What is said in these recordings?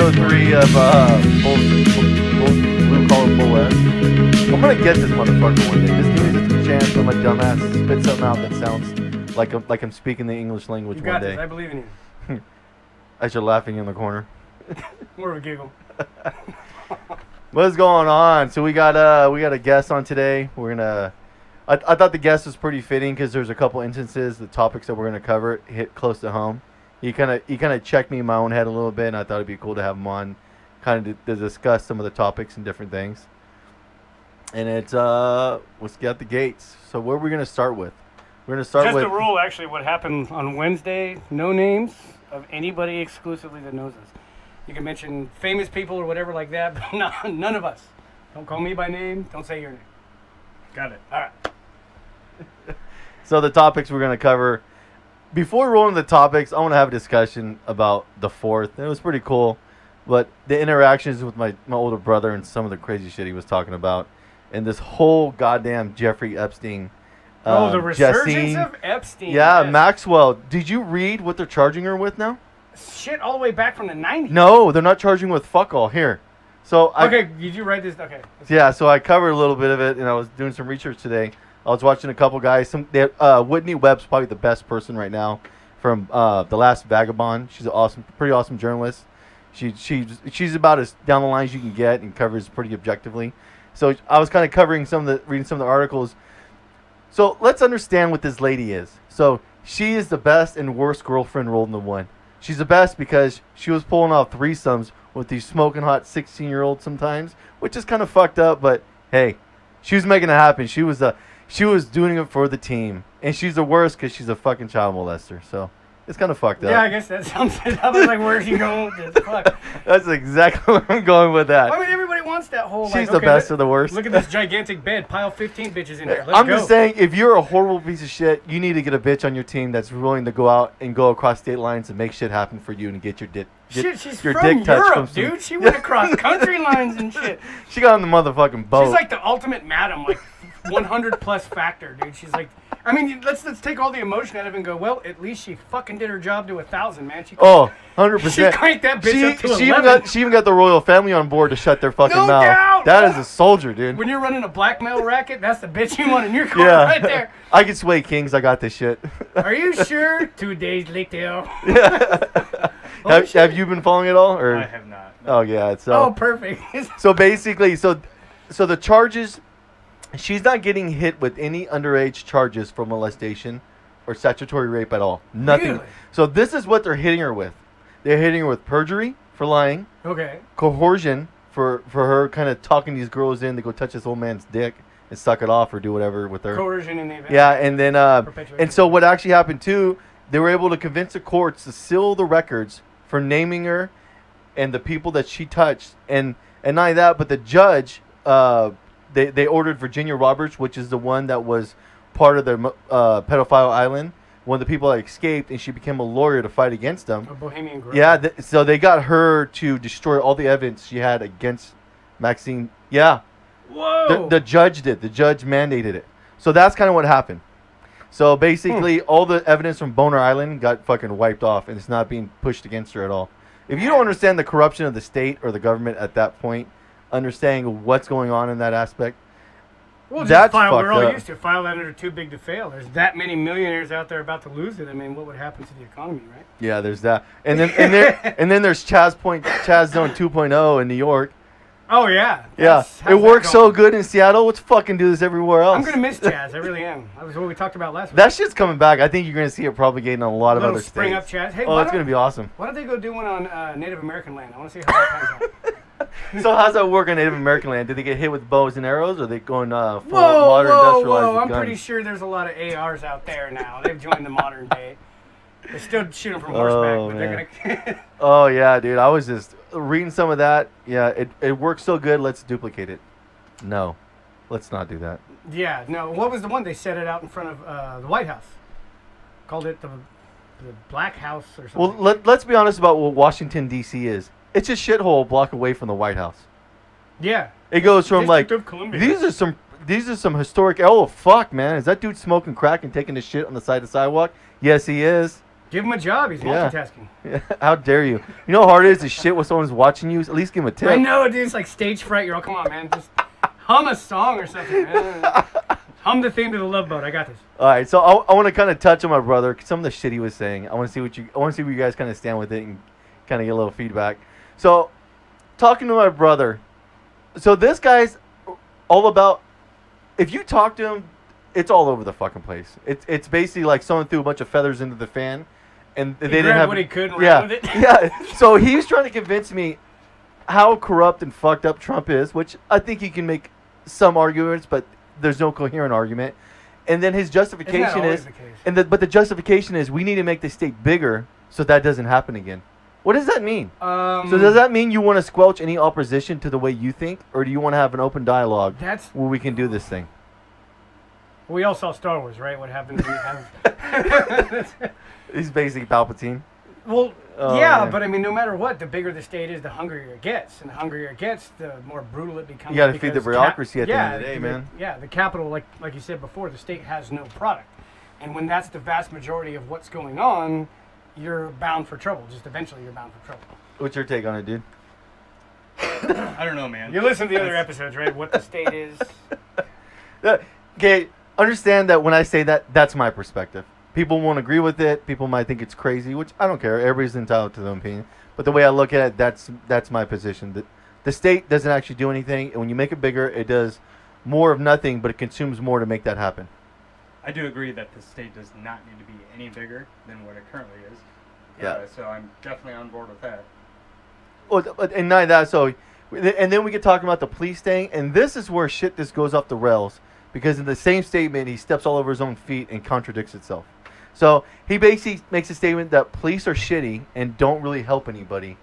of uh, bull, bull, bull, blue collar bull ass. I'm gonna get this motherfucker one day. Just give me just a chance when my dumbass spits something out that sounds like I'm, like I'm speaking the English language You one got day. this. I believe in you. As you're laughing in the corner. More of a giggle. What's going on? So we got uh we got a guest on today. We're gonna. I, I thought the guest was pretty fitting because there's a couple instances, the topics that we're gonna cover hit close to home. He kind of he kind of checked me in my own head a little bit, and I thought it'd be cool to have him on, kind of to, to discuss some of the topics and different things. And it's uh let's get out the gates. So where are we gonna start with? We're gonna start Just with a rule, actually, what happened on Wednesday, no names of anybody exclusively that knows us. You can mention famous people or whatever like that, but no, none of us. Don't call me by name. Don't say your name. Got it. All right. Um, So the topics we're gonna cover. Before we roll into the topics, I want to have a discussion about the fourth. It was pretty cool, but the interactions with my, my older brother and some of the crazy shit he was talking about, and this whole goddamn Jeffrey Epstein. oh, the um, resurgence Jessine- of Epstein. Yeah, yes. Maxwell. Did you read what they're charging her with now? Shit, all the way back from the 90s. No, they're not charging with fuck all here. So I, Okay, did you write this? Okay. Yeah, so I covered a little bit of it, and I was doing some research today. I was watching a couple guys. Some they, uh, Whitney Webb's probably the best person right now from uh, the Last Vagabond. She's an awesome, pretty awesome journalist. She she's she's about as down the line as you can get, and covers pretty objectively. So I was kind of covering some of the reading some of the articles. So let's understand what this lady is. So she is the best and worst girlfriend rolled into one. She's the best because she was pulling off threesomes with these smoking hot 16 year olds sometimes, which is kind of fucked up, but hey, she was making it happen. She was a, she was doing it for the team. And she's the worst because she's a fucking child molester. So it's kind of fucked Yeah, I up. guess that sounds. I was like, where's he going with this? Fuck. That's exactly where I'm going with I that. mean, everybody wants that whole. She's like, the okay, best look- of the worst. Look at this gigantic bed. Pile 15 bitches in here. Let's I'm go. just saying, if you're a horrible piece of shit, you need to get a bitch on your team that's willing to go out and go across state lines and make shit happen for you and get your dick. get Shit, she's your from dick touched Europe, from some- dude. She went across country lines and shit. She got on the motherfucking boat. She's like the ultimate madam, like 100 plus factor, dude. She's like, I mean, let's let's take all the emotion out of it and go. Well, at least she fucking did her job to a thousand, man. She Oh, 100%. She cranked that bitch she, up to she even 11. got she even got the royal family on board to shut their fucking No mouth. doubt! That is a soldier, dude. When you're running a blackmail racket, that's the bitch you want in your car yeah. right there. I can sway kings. I got this shit. Are you sure? Two days later. have, shit. have you been following it all or I have not. No. Oh yeah, so Oh, perfect. so basically, so so the charges, she's not getting hit with any underage charges for molestation or statutory rape at all. Nothing. Really? So this is what they're hitting her with. They're hitting her with perjury for lying, okay. coercion for for her kind of talking these girls in to go touch this old man's dick and suck it off or do whatever with her. Coercion in the event. Yeah, and then uh, Perpetuation. and so what actually happened too? They were able to convince the courts to seal the records for naming her and the people that she touched, and and not only that, but the judge, uh, they they ordered Virginia Roberts, which is the one that was part of the mo- uh, pedophile island, one of the people that escaped, and she became a lawyer to fight against them. A Bohemian Grove. Yeah, th- so they got her to destroy all the evidence she had against Maxine. Yeah, the, Whoa. the judge did. The judge mandated it. So that's kind of what happened. So Hmm. basically, all the evidence from Boner Island got fucking wiped off, and it's not being pushed against her at all. If you don't understand the corruption of the state or the government at that point, understanding what's going on in that aspect, Well, That's just file. We're fucked all up. used to file that under too big to fail. There's that many millionaires out there about to lose it. I mean, what would happen to the economy, right? yeah, there's that. And then and there and then there's Chaz Point, Chaz Zone 2.0 in New York. Oh yeah. Yeah, That's- it how's that works so going? good in Seattle. Let's fucking do this everywhere else. I'm gonna miss Chaz. I really am. That was what we talked about last week. that shit's coming back. I think you're gonna see it propagating in a lot of Little other spring states. up Chaz. Hey, oh, why it's don't- gonna be awesome. Why don't they go do one on uh, Native American land? I want to see how that comes out. So how's that work on Native American land? Did they get hit with bows and arrows, or are they going uh, full Whoa, modern whoa, industrialized whoa! I'm gun? pretty sure there's a lot of ARs out there now. They've joined the modern day. They still shoot 'em from horseback, Oh, but they're gonna. Oh yeah, dude. I was just reading some of that. Yeah, it it works so good. Let's duplicate it. No, let's not do that. yeah, no. What was the one they set it out in front of uh, the White House? Called it the, the Black House or something. Well, let let's be honest about what Washington D.C. is. It's a shithole a block away from the White House. yeah. It goes from District like of Columbia. these are some these are some historic. Oh fuck, man, is that dude smoking crack and taking a shit on the side of the sidewalk? Yes, he is. Give him a job. He's Yeah. multitasking. How dare you? You know how hard it is to shit when someone's watching you? At least give them a tip. I know, dude. It's like stage fright. You're all, come on, man. Just hum a song or something. man. hum the theme to the Love Boat. I got this. All right, so I, I want to kind of touch on my brother. 'cause Some of the shit he was saying, I want to see what you, I want to see where you guys kind of stand with it and kind of get a little feedback. So, talking to my brother, so this guy's all about. If you talk to him, it's all over the fucking place. It's it's basically like someone threw a bunch of feathers into the fan, and they didn't grabbed have what he could and Yeah, ran with it. yeah. So he was trying to convince me how corrupt and fucked up Trump is, which I think he can make some arguments, but there's no coherent argument. And then his justification always is, the case? and the, but the justification is we need to make the state bigger so that doesn't happen again. What does that mean? Um, so does that mean you want to squelch any opposition to the way you think, or do you want to have an open dialogue That's. where we can do this thing? We all saw Star Wars, right? What happens when you have. He's basically Palpatine. Well, Oh, yeah, man. but I mean, no matter what, the bigger the state is, the hungrier it gets, and the hungrier it gets, the more brutal it becomes. You gotta feed the because bureaucracy at the end of the day, man. Yeah, the capital, like like you said before, the state has no product, and when that's the vast majority of what's going on, you're bound for trouble. Just eventually, you're bound for trouble. What's your take on it, dude? I don't know, man. You listen to the other episodes, right? What the state is. Uh, Okay, understand that when I say that, that's my perspective. People won't agree with it. People might think it's crazy, which I don't care. Everybody's entitled to their own opinion. But the way I look at it, that's that's my position. That the state doesn't actually do anything, and when you make it bigger, it does more of nothing, but it consumes more to make that happen. I do agree that the state does not need to be any bigger than what it currently is. Yeah. Uh, so I'm definitely on board with that. Well, Oh, th- but- and not that. So, and then we get talking about the police thing, and this is where shit just goes off the rails because in the same statement he steps all over his own feet and contradicts itself. So he basically makes a statement that police are shitty and don't really help anybody.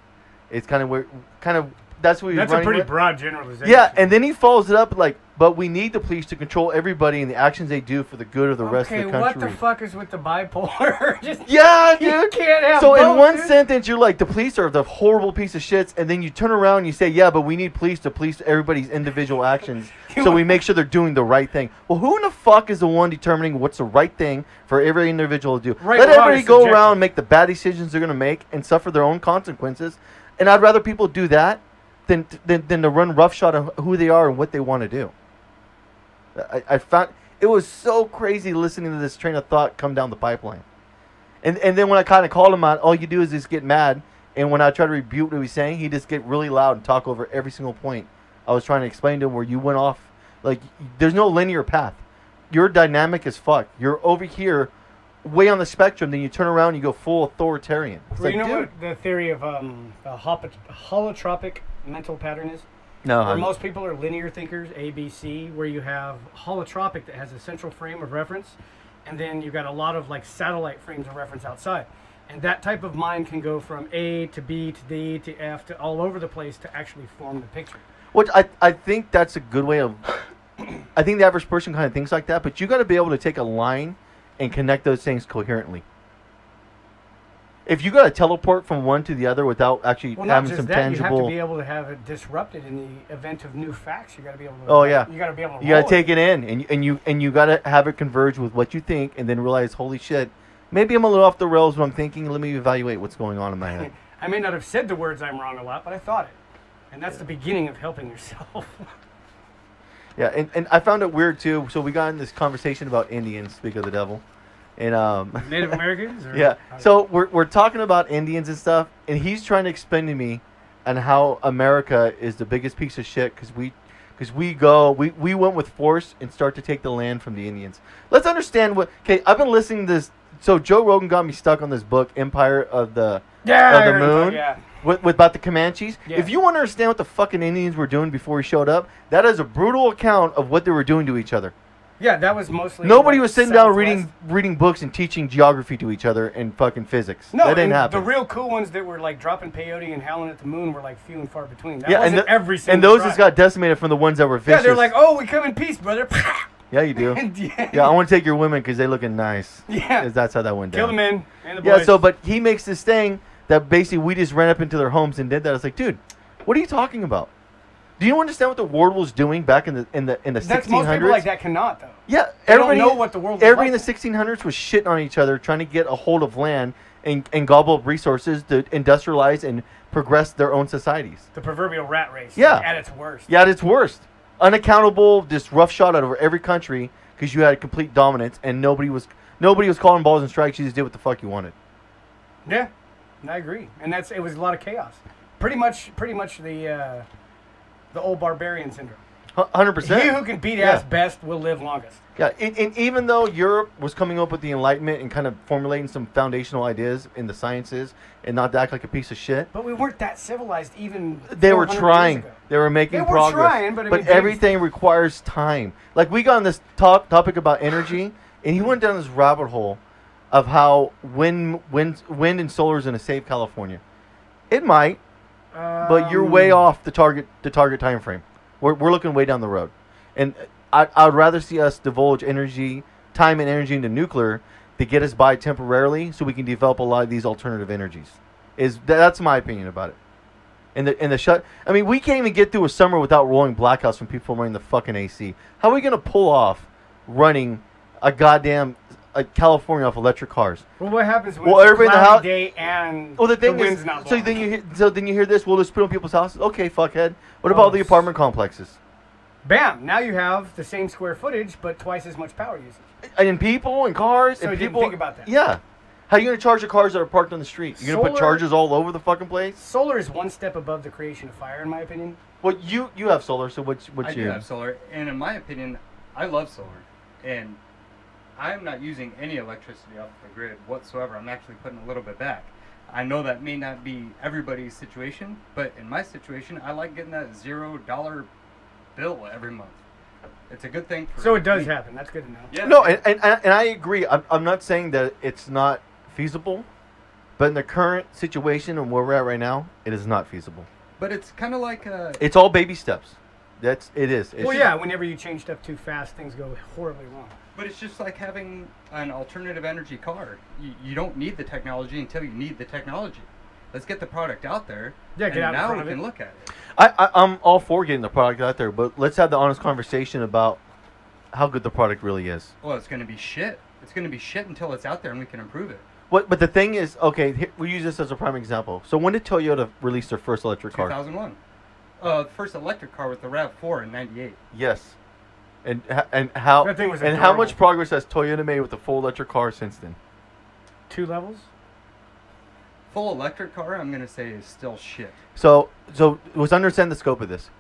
It's kind of where, kind of that's what he's That's a running pretty with. broad generalization. yeah, and then he follows it up like, but we need the police to control everybody and the actions they do for the good of the rest okay, of the what country. the fuck is with the bipolar? Just Yeah, dude. You can't have so in both, one dude. sentence, you're like the police are the horrible piece of shits, and then you turn around and you say, "Yeah, but we need police to police everybody's individual actions, so we make sure they're doing the right thing." Well, who in the fuck is the one determining what's the right thing for every individual to do? Right Let or wrong everybody is go subjective. around and make the bad decisions they're gonna make and suffer their own consequences, and I'd rather people do that than than, than to run roughshod on who they are and what they want to do. I, I found it was so crazy listening to this train of thought come down the pipeline. And and then when I kind of called him out, all you do is just get mad. And when I try to rebuke what he's saying, he just get really loud and talk over every single point I was trying to explain to him. Where you went off, like there's no linear path. You're dynamic as fuck. You're over here, way on the spectrum. Then you turn around, and you go full authoritarian. It's Well, you like, know dude, Hmm. what the theory of um, the hop- holotropic mental pattern is? no, Where I'm- most people are linear thinkers, A, B, C, where you have holotropic that has a central frame of reference, and then you've got a lot of like satellite frames of reference outside. And that type of mind can go from A to B to D to F to all over the place to actually form the picture. Which I, I think that's a good way of. I think the average person kind of thinks like that, but you got to be able to take a line and connect those things coherently. If you got to teleport from one to the other without actually Well, not having just some that, you have to tangible, be you, able to have it disrupted in the event of new facts. You got to be able to. Oh, yeah. You got to be able to. got roll to it. take it in, and you- and you and you got to have it converge with what you think, and then realize, holy shit, maybe I'm a little off the rails. What I'm thinking, let me evaluate what's going on in my head. I may not have said the words I'm wrong a lot, but I thought it. And that's the beginning of helping yourself. Yeah, and, and I found it weird too. So we got in this conversation about Indians, speak of the devil, and um. Native Americans? Or Yeah. So we're, we're talking about Indians and stuff, and he's trying to explain to me on how America is the biggest piece of shit because we because we go we, we went with force and start to take the land from the Indians. Let's understand what. Okay, I've been listening to this. So Joe Rogan got me stuck on this book, Empire of the Yeah, I of uh, the heard about- Moon, yeah. with, with about the Comanches. Yeah. If you want to understand what the fucking Indians were doing before we showed up, that is a brutal account of what they were doing to each other. Yeah, that was mostly. Nobody like, was sitting down Southwest. reading reading books and teaching geography to each other and fucking physics. No, that didn't and happen. The real cool ones that were like dropping peyote and howling at the moon were like few and far between. That yeah, and wasn't the- every single and those tribe. just got decimated from the ones that were Yeah, vicious. they're like, oh, we come in peace, brother. yeah, you do. And yeah. yeah, I want to take your women because they looking nice. Yeah. 'Cause that's how that went Kill the down. men and the boys. Yeah, so but he makes this thing that basically we just ran up into their homes and did that. I was like, dude, what are you talking about? Do you understand what the world was doing back in the in the in the That's 1600s? most people like that cannot, though. Yeah, They don't everybody know what the world was Everybody like. in the 1600s was shitting on each other, trying to get a hold of land, and, and gobble up resources to industrialize and progress their own societies. The proverbial rat race. Yeah. At its worst. Yeah, at its worst, unaccountable, just roughshod out over every country because you had complete dominance and nobody was nobody was calling balls and strikes. You just did what the fuck you wanted. Yeah, I agree, and that's it was a lot of chaos. Pretty much, pretty much the uh, the old barbarian syndrome. Hundred He percent. who can beat Yeah. ass best will live longest. Yeah, and, and even though Europe was coming up with the Enlightenment and kind of formulating some foundational ideas in the sciences and not to act like a piece of shit, But we weren't that civilized even. they were 400 years trying. ago. They were making They were progress. trying, but I mean, everything requires time. Like we got on this top topic about energy, and he went down this rabbit hole of how wind, wind, wind and solar is going to save California. It might, but you're way Um, off the target. The target time frame. We're, we're looking way down the road, and I I would rather see us divulge energy, time and energy into nuclear to get us by temporarily, so we can develop a lot of these alternative energies. Is tha- that's my opinion about it. And the and the shut. I mean, we can't even get through a summer without rolling blackouts from people running the fucking AC. How are we gonna pull off running a goddamn uh, California off electric cars? Well, what happens when Well, it's a everybody in the cloudy house- day and Well, the thing wind's is, not so blowing? then you hear, so then you hear this. We'll just put it on people's houses. Okay, fuckhead. What about Oh, all the it's- apartment complexes? bam! Now you have the same square footage, but twice as much power usage. And, and people and cars So and you didn't people. think about that. Yeah. How are you gonna charge the cars that are parked on the street? You're gonna put Solar- chargers all over the fucking place. Solar is one step above the creation of fire, in my opinion. Well, you you have solar, so what's what's I do your- have solar, and in my opinion, I love solar, and I'm not using any electricity off the grid whatsoever. I'm actually putting a little bit back. I know that may not be everybody's situation, but in my situation, I like getting that zero dollar bill every month. It's a good thing. For So it does me. happen. That's good to know. Yeah. No, and, and, and and I agree. I'm, I'm not saying that it's not feasible, but in the current situation and where we're at right now, it is not feasible. But it's kind of like a. It's all baby steps. That's it is. It's Well, yeah. Whenever you change stuff too fast, things go horribly wrong. But it's just like having an alternative energy car. You, you don't need the technology until you need the technology. Let's get the product out there. Yeah, get and out in now front we of it. can look at it. I, I I'm all for getting the product out there, but let's have the honest conversation about how good the product really is. Well, it's going to be shit. It's going to be shit until it's out there and we can improve it. What, but the thing is, okay, here, we use this as a prime example. So when did Toyota release their first electric car? 2001. Uh, first electric car was the RAV4 in 98. Yes. And h- and how That thing was and how much adorable. progress has Toyota made with the full electric car since then? Two levels. Full electric car, I'm going to say, is still shit. So, so let's understand the scope of this.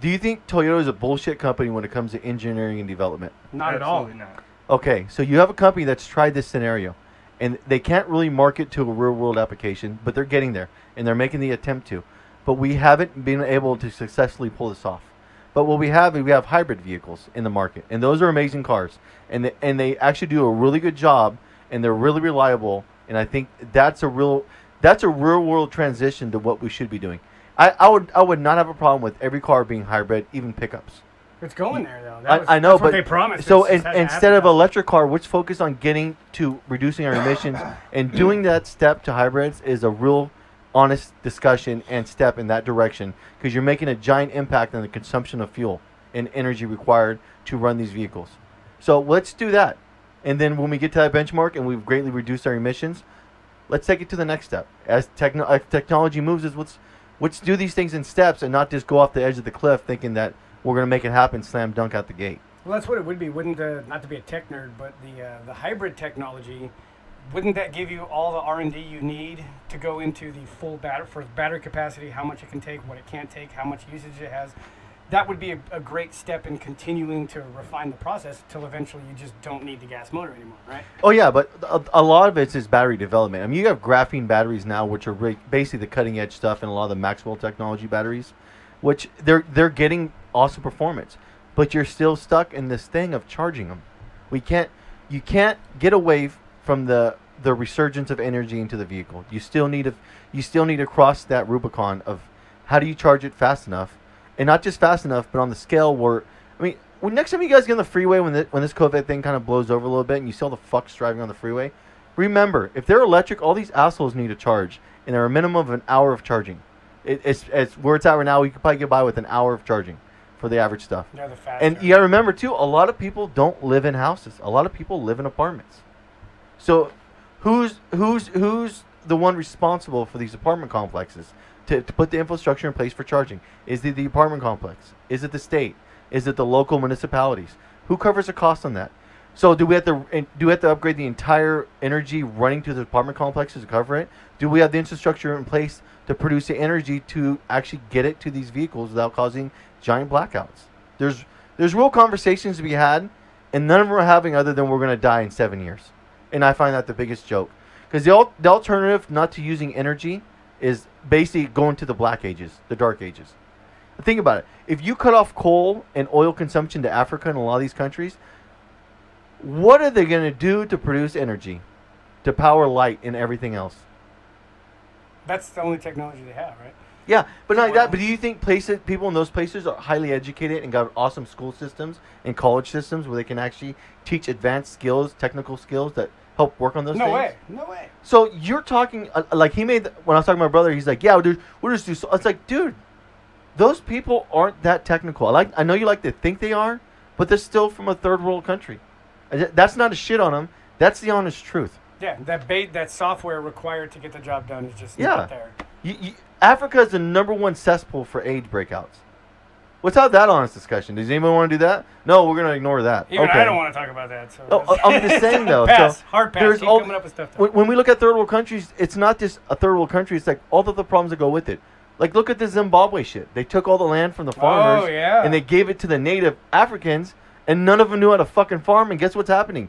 Do you think Toyota is a bullshit company when it comes to engineering and development? Not at all. Absolutely not. Okay, so you have a company that's tried this scenario, and they can't really market to a real world application, but they're getting there, and they're making the attempt to. But we haven't been able to successfully pull this off. But what we have is we have hybrid vehicles in the market, and those are amazing cars, and they, and they actually do a really good job, and they're really reliable, and I think that's a real that's a real world transition to what we should be doing. I, I would I would not have a problem with every car being hybrid, even pickups. It's going there though. That I, was, I know, that's but what they promised. So It's in, just hasn't instead of happened. electric car, let's focus on getting to reducing our emissions and doing that step to hybrids is a real, honest discussion and step in that direction because you're making a giant impact on the consumption of fuel and energy required to run these vehicles. So let's do that, and then when we get to that benchmark and we've greatly reduced our emissions, let's take it to the next step. As techno- as technology moves, is let's let's do these things in steps and not just go off the edge of the cliff thinking that we're gonna make it happen, slam dunk out the gate. Well, that's what it would be, wouldn't the not to be a tech nerd, but the uh, the hybrid technology, wouldn't that give you all the R and D you need to go into the full battery for battery capacity, how much it can take, what it can't take, how much usage it has? That would be a, a great step in continuing to refine the process till eventually you just don't need the gas motor anymore, right? Oh yeah, but a, a lot of it is battery development. I mean, you have graphene batteries now, which are re- basically the cutting edge stuff, and a lot of the Maxwell technology batteries, which they're they're getting awesome performance, but you're still stuck in this thing of charging them. We can't, you can't get away f- from the the resurgence of energy into the vehicle. You still need to, you still need to cross that Rubicon of how do you charge it fast enough, and not just fast enough, but on the scale where I mean, when next time you guys get on the freeway when thi- when this COVID thing kind of blows over a little bit and you see all the fucks driving on the freeway, remember if they're electric, all these assholes need to charge, and they're a minimum of an hour of charging. It, it's it's where it's at right now. You could probably get by with an hour of charging for the average stuff. They're the fast. And you gotta remember too, a lot of people don't live in houses. A lot of people live in apartments. So who's who's who's the one responsible for these apartment complexes to, to put the infrastructure in place for charging? Is it the apartment complex? Is it the state? Is it the local municipalities? Who covers the cost on that? So do we have to and do we have to upgrade the entire energy running to the apartment complexes to cover it? Do we have the infrastructure in place to produce the energy to actually get it to these vehicles without causing giant blackouts? There's there's real conversations to be had, and none of them are having other than we're gonna die in seven years, and I find that the biggest joke because the al- the alternative not to using energy is basically going to the black ages, the dark ages. Think about it. If you cut off coal and oil consumption to Africa and a lot of these countries, what are they going to do to produce energy, to power light and everything else? That's the only technology they have, right? Yeah, but not like Well- that. But do you think places, people in those places are highly educated and got awesome school systems and college systems where they can actually teach advanced skills, technical skills that help work on those no things? way. No way. So you're talking uh, like he made when I was talking to my brother. He's like, "Yeah, dude, we'll just do." So it's like, dude, those people aren't that technical. I like, I know you like to think they are, but they're still from a third world country. Uh, th- That's not a shit on them. That's the honest truth. Yeah, that bait, that software required to get the job done is just Yeah. not there. You, you, Africa is the number one cesspool for AIDS breakouts. Let's have that honest discussion. Does anyone want to do that? No, we're gonna ignore that. Even okay. I don't want to talk about that. So No, I- Oh, I'm just saying though. pass, so hard pass. there's Keep all- coming up with stuff. though. When, when we look at third world countries, it's not just a third world country. It's like all the, the problems that go with it. Like look at the Zimbabwe shit. They took all the land from the farmers Oh, yeah. and they gave it to the native Africans, and none of them knew how to fucking farm. And guess what's happening?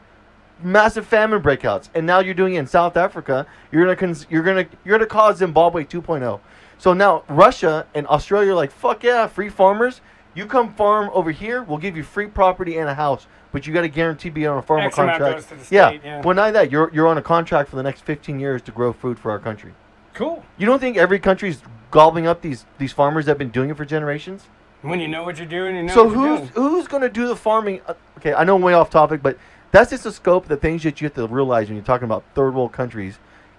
Massive famine breakouts. And now you're doing it in South Africa. You're gonna cons- you're gonna you're gonna cause Zimbabwe 2.0. So now Russia and Australia are like fuck yeah, free farmers. You come farm over here, we'll give you free property and a house, but you got to guarantee be on a farm X or amount contract. goes to the yeah. state, yeah. Well, not that you're you're on a contract for the next 15 years to grow food for our country. cool. You don't think every country's gobbling up these these farmers that have been doing it for generations? When you know what you're doing, you know. so what you're who's doing. who's going to do the farming? Uh, okay, I know I'm way off topic, but that's just the scope of the things that you have to realize when you're talking about third world countries,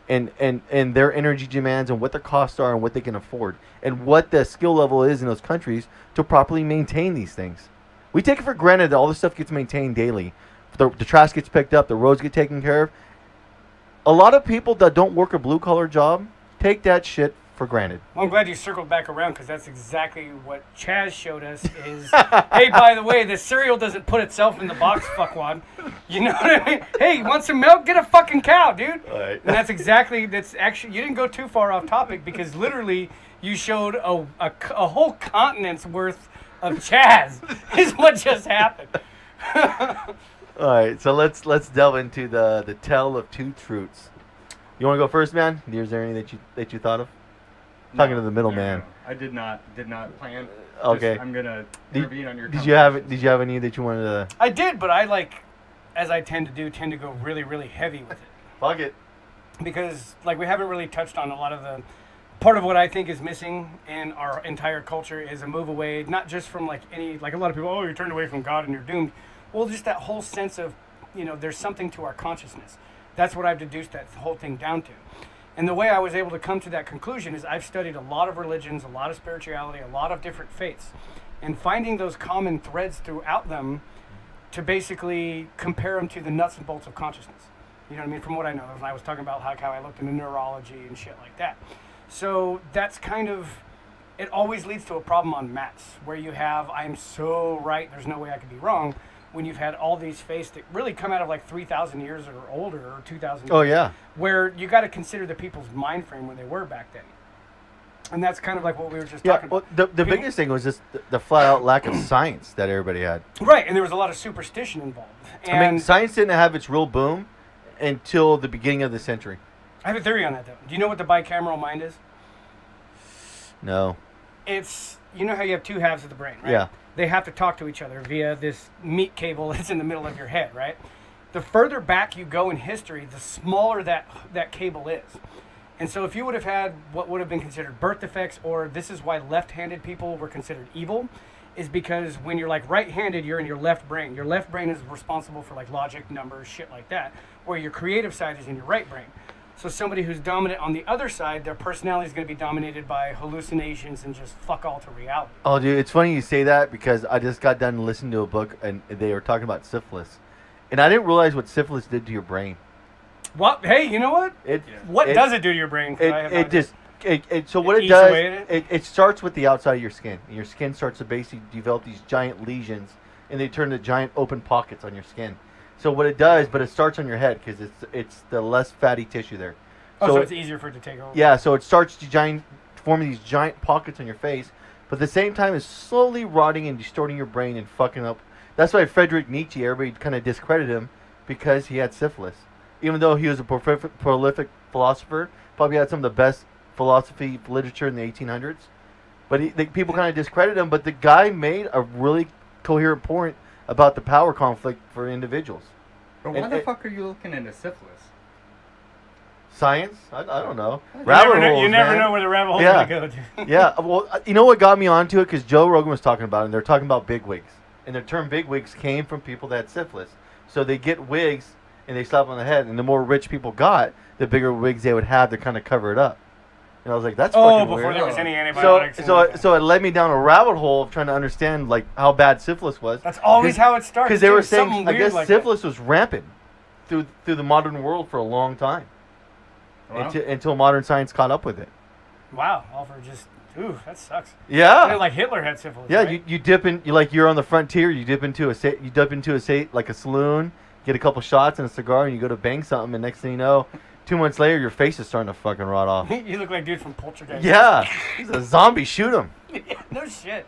and and and their energy demands and what their costs are and what they can afford and what the skill level is in those countries to properly maintain these things. We take it for granted that all this stuff gets maintained daily. The, the trash gets picked up, the roads get taken care of. A lot of people that don't work a blue collar job take that shit for granted. Well, I'm glad you circled back around because that's exactly what Chaz showed us. Is hey, by the way, the cereal doesn't put itself in the box, fuckwad. You know what I mean? Hey, you want some milk? Get a fucking cow, dude. Right. And that's exactly that's actually you didn't go too far off topic because literally you showed a a, c- a whole continent's worth of Chaz is what just happened. All right, so let's let's delve into the the tale of two truths. You want to go first, man? Is there any that you that you thought of? Talking to the middleman. I did not did not plan. Okay. Just, I'm gonna Did, intervene on your. did you have conversation. Did you have any that you wanted to? I did, but I like, as I tend to do, tend to go really really heavy with it. Fuck it. because like we haven't really touched on a lot of the part of what I think is missing in our entire culture is a move away, not just from like any like a lot of people, oh, you're turned away from God and you're doomed. Well, just that whole sense of, you know, there's something to our consciousness. That's what I've deduced that whole thing down to. And the way I was able to come to that conclusion is I've studied a lot of religions, a lot of spirituality, a lot of different faiths, and finding those common threads throughout them to basically compare them to the nuts and bolts of consciousness. You know what I mean? From what I know, and I was talking about how, how I looked into neurology and shit like that. So that's kind of it. Always leads to a problem on maths where you have I'm so right, there's no way I could be wrong. When you've had all these faiths that really come out of like 3,000 years or older, or 2,000. Oh years yeah. where you got to consider the people's mind frame where they were back then, and that's kind of like what we were just Yeah. talking Well, about, the the People- biggest thing was just the, the flat out lack of science that everybody had. right? And there was a lot of superstition involved. And I mean, science didn't have its real boom until the beginning of the century. I have a theory on that though. Do you know what the bicameral mind is? No. It's you know how you have two halves of the brain, right? Yeah. They have to talk to each other via this meat cable that's in the middle of your head, right? The further back you go in history, the smaller that that cable is. And so if you would have had what would have been considered birth defects or this is why left-handed people were considered evil is because when you're like right-handed, you're in your left brain. Your left brain is responsible for like logic, numbers, shit like that, where your creative side is in your right brain. So somebody who's dominant on the other side, their personality is going to be dominated by hallucinations and just fuck all to reality. Oh, dude, it's funny you say that because I just got done listening to a book and they were talking about syphilis, and I didn't realize what syphilis did to your brain. Well, hey, you know what? It Yeah. What It- does it do to your brain? 'Cause it, I have it not- just it, it so what It it, eats does away at it? it? It, starts with the outside of your skin and your skin starts to basically develop these giant lesions and they turn to giant open pockets on your skin so what it does but it starts on your head because it's it's the less fatty tissue there Oh, so, it- it's easier for it to take over. yeah so it starts to giant forming these giant pockets on your face but at the same time it's slowly rotting and distorting your brain and fucking up that's why Frederick Nietzsche everybody kind of discredited him because he had syphilis even though he was a prolific, prolific philosopher, probably had some of the best philosophy literature in the 1800s. But he, the, people kind of discredit him. But the guy made a really coherent point about the power conflict for individuals. But why It- the it- fuck are you looking into syphilis? Science? I, I don't know. You Rabbit never, know, holes, you never man. know where the rabbit hole's Yeah. going to go to. yeah, well, uh, you know what got me onto it because Joe Rogan was talking about it, and they're talking about bigwigs, and the term bigwigs came from people that had syphilis. So they get wigs and they slap on the head, and the more rich people got, the bigger wigs they would have to kind of cover it up. And I was like, that's oh, fucking before weird. there was any So, antibiotics. and so, everything. so it led me down a rabbit hole of trying to understand like how bad syphilis was. that's always Cause- how it starts. Because they too, were something saying, I weird guess like that. syphilis was rampant through through the modern world for a long time Wow. until, until modern science caught up with it. Wow, all for just ooh, that sucks. Yeah, I mean, like Hitler had syphilis. Yeah, right? you, you dip in you like you're on the frontier. You dip into a sa- you dip into a sa- like a saloon, get a couple shots and a cigar, and you go to bang something. And next thing you know, two months later, your face is starting to fucking rot off. you look like dude from Poltergeist. yeah, he's a zombie. Shoot him. no shit.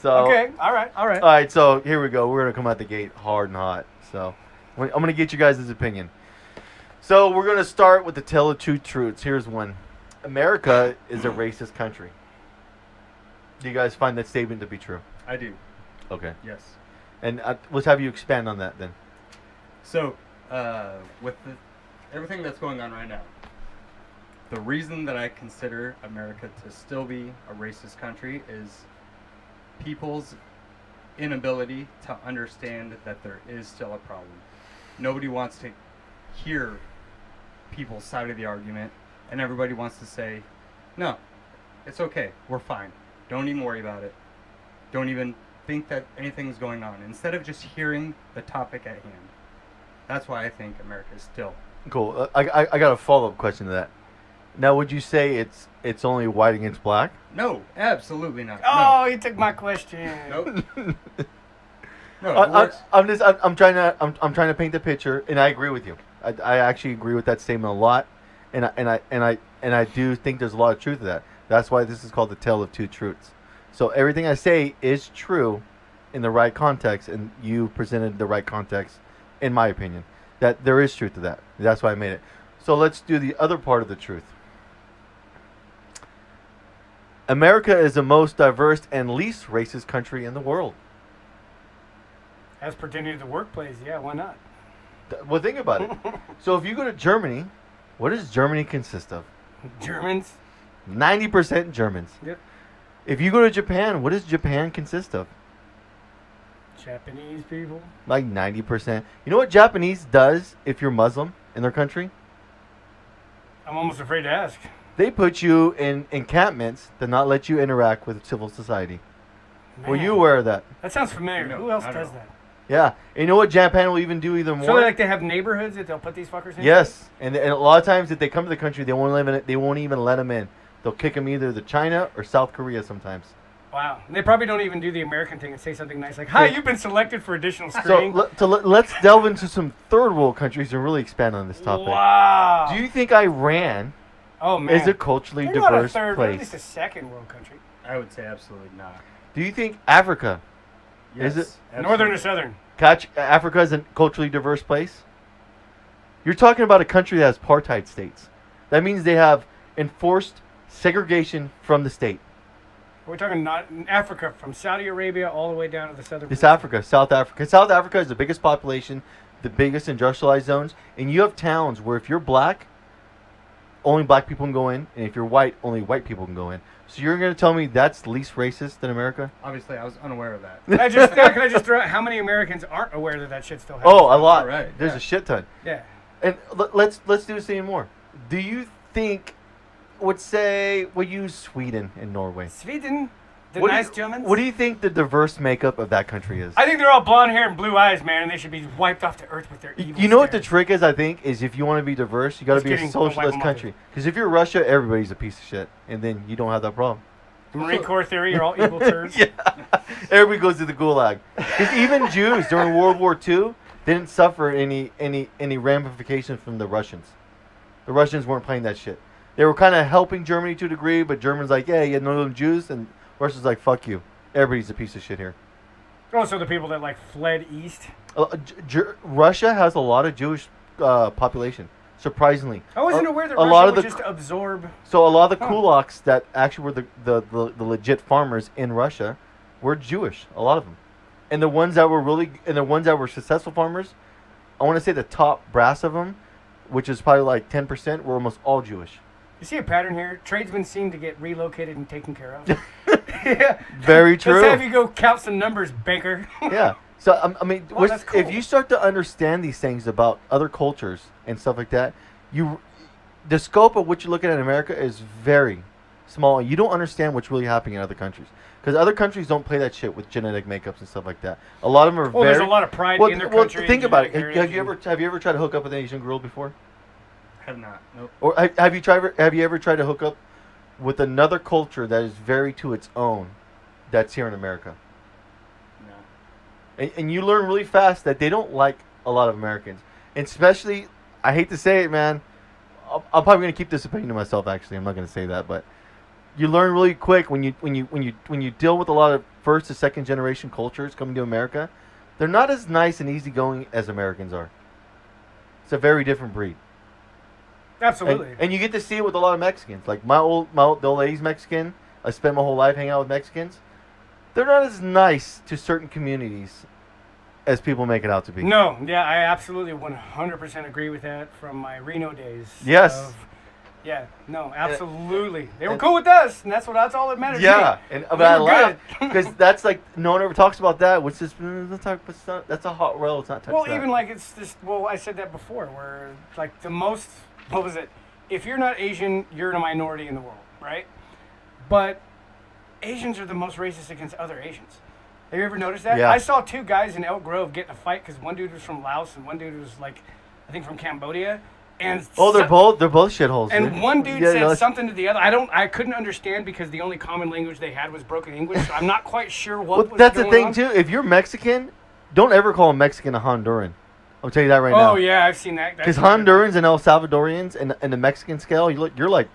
So Okay, all right, all right. all right, so here we go. We're gonna come out the gate hard and hot. So I'm gonna get you guys' opinion. So we're gonna start with the tell of two truths. Here's one: America is a racist country. Do you guys find that statement to be true? I do. Okay. Yes. And uh, let's have you expand on that then. So, uh, with the, everything that's going on right now, the reason that I consider America to still be a racist country is people's inability to understand that there is still a problem. Nobody wants to hear people's side of the argument, and everybody wants to say, no, it's okay, we're fine. Don't even worry about it. Don't even think that anything's going on. Instead of just hearing the topic at hand. That's why I think America is still. Cool. Uh, I, I, I got a follow up question to that. Now, would you say it's it's only white against black? No, absolutely not. oh, you took my question. no. Nope. No, it I, works. am just I'm, I'm trying to I'm, I'm trying to paint the picture, and I agree with you. I, I actually agree with that statement a lot, and I, and I and I and I do think there's a lot of truth to that. That's why this is called the tale of two truths. So everything I say is true, in the right context, and you presented the right context, in my opinion, that there is truth to that. That's why I made it. So let's do the other part of the truth. America is the most diverse and least racist country in the world. As pertaining to the workplace, yeah, why not? Th- Well, think about it. so if you go to Germany, what does Germany consist of? Germans. 90% Germans. Yep. If you go to Japan, what does Japan consist of? Japanese people. Like 90%. You know what Japanese does if you're Muslim in their country? I'm almost afraid to ask. They put you in encampments to not let you interact with civil society. Were Man, you aware of that? That sounds familiar. No, Who else I don't does know. that? Yeah. And you know what Japan will even do even more? So they like they have neighborhoods that they'll put these fuckers in. Yes, and, and a lot of times if they come to the country, they won't live in it. They won't even let them in. They'll kick them either to China or South Korea sometimes. Wow. They probably don't even do the American thing and say something nice like, "Hi, Yeah. you've been selected for additional So screening." le- to le- let's delve into some third world countries and really expand on this topic. Wow. Do you think Iran oh man. is a culturally They're not a diverse third, they're at least place? a second world country. I would say absolutely not. Do you think Africa, Yes, Is it- absolutely. Northern to southern. catch, Africa is a culturally diverse place? You're talking about a country that has apartheid states. That means they have enforced segregation from the state. We're talking not Africa, from Saudi Arabia all the way down to the southern. It's Africa, South Africa. South Africa is the biggest population, the biggest industrialized zones, and you have towns where if you're black, only black people can go in, and if you're white, only white people can go in. So you're going to tell me that's least racist than America? Obviously, I was unaware of that. Can I just can I just throw out how many Americans aren't aware that that shit still happens? Oh, a lot. Right, There's yeah. a shit ton. yeah. And l- let's let's do this even more. Do you think would say we'll use Sweden and Norway? Sweden, The what do nice you, Germans. What do you think the diverse makeup of that country is? I think they're all blonde hair and blue eyes, man, and they should be wiped off to earth with their Y- evil. you know what the stare. trick is? I think is if you want to be diverse, you got to Just be a kidding. Don't wipe socialist them off. country. Because if you're Russia, everybody's a piece of shit, and then you don't have that problem. Marine Corps theory are all evil turds. yeah, everybody goes to the gulag. 'Cause even Jews during World War II didn't suffer any any any ramifications from the Russians. The Russians weren't playing that shit. They were kind of helping Germany to a degree, but Germans like, yeah, yeah, no them Jews, and Russians like, fuck you. Everybody's a piece of shit here. Also, the people that like fled east. Uh, J- Jer- Russia has a lot of Jewish uh, population, surprisingly. I wasn't A- aware that a Russia lot of would the just absorb. So a lot of the Huh. kulaks that actually were the, the, the, the legit farmers in Russia were Jewish. A lot of them, and the ones that were really and the ones that were successful farmers, I want to say the top brass of them, which is probably like ten percent, were almost all Jewish. You see a pattern here. Tradesmen seem to get relocated and taken care of. yeah. Very true. Let's have you go count some numbers, banker. yeah. So um, I mean, Well, which- Oh, that's if cool. you start to understand these things about other cultures and stuff like that, you the scope of what you're looking at in America is very small. You don't understand what's really happening in other countries because other countries don't play that shit with genetic makeups and stuff like that. A lot of them are Well, very. there's a lot of pride well, in their th- well, country. and think about it. genetic Have, have you ever heritage have you ever tried to hook up with an Asian girl before, Have not. Nope. or ha- have you tried have you ever tried to hook up with another culture that is very to its own, that's here in America? No. and, and you learn really fast that they don't like a lot of Americans, and especially I hate to say it, man. I'm, I'm probably gonna keep this opinion to myself. Actually, I'm not gonna say that, but you learn really quick when you when you when you when you deal with a lot of first to second generation cultures coming to America. They're not as nice and easygoing as Americans are. It's a very different breed. and- And- Absolutely. And, you get to see it with a lot of Mexicans. Like my old my old, the old lady's Mexican. I spent my whole life hanging out with Mexicans. They're not as nice to certain communities as people make it out to be. No, yeah, I absolutely 100% agree with that from my Reno days. Yes. yeah, no, absolutely. They were cool with us, and that's what that's all that mattered. to Yeah, me. and We about were that good. because that's like no one ever talks about that. Which is mm, let's talk- let's not- that's a hot roll. It's not touch Well, that. even like it's just well, I said that before, where like the most what was it? If you're not Asian, you're in a minority in the world, right? But Asians are the most racist against other Asians. Have you ever noticed that? Yeah. I saw two guys in Elk Grove get in a fight because one dude was from Laos and one dude was like, I think from Cambodia, and oh, they're so- both they're both shitholes. And dude. one dude Yeah, no, said that's- something to the other. I don't. I couldn't understand because the only common language they had was broken English. So I'm not quite sure what. Well, was that's the going thing on. too. If you're Mexican, don't ever call a Mexican a Honduran. I'll tell you that right now. Oh yeah, I've seen that. That's Because Hondurans and El Salvadorians and and the Mexican scale, you look, you're like,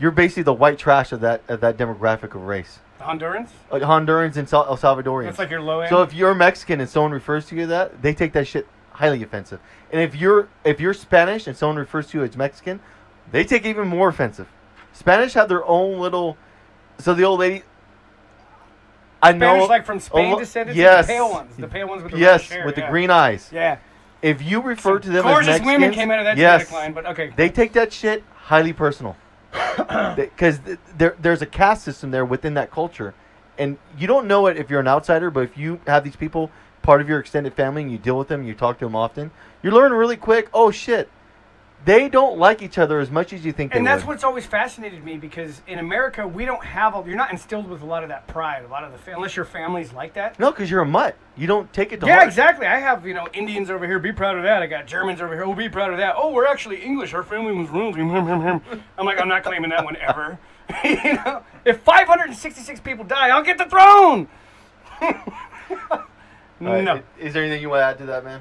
you're basically the white trash of that of that demographic of race. Hondurans. Like Hondurans and Sal- El Salvadorians. That's like your low end. so if you're Mexican and someone refers to you that, they take that shit highly offensive. And if you're if you're Spanish and someone refers to you as Mexican, they take it even more offensive. Spanish have their own little. So the old lady. I know. Spanish, like from Spain lo- descended, yes. the pale ones, the pale ones with the yes, reddish hair, with the yeah. green eyes. Yeah, If you refer to them gorgeous as Mexicans, women came out of that yes, genetic line, but okay. they take that shit highly personal because th- there there's a caste system there within that culture and you don't know it if you're an outsider but if you have these people part of your extended family and you deal with them you talk to them often you learn really quick oh shit they don't like each other as much as you think and they that's would. what's always fascinated me because in America we don't have a, you're not instilled with a lot of that pride, a lot of the fa- unless your family's like that. no because you're a mutt you don't take it to yeah, heart. exactly. I have you know Indians over here, be proud of that. I got Germans over here, oh be proud of that. Oh, we're actually English. Our family was ruined. I'm like, I'm not claiming that one ever. you know, if 566 people die, I'll get the throne. All right, no. i- is there anything you want to add to that man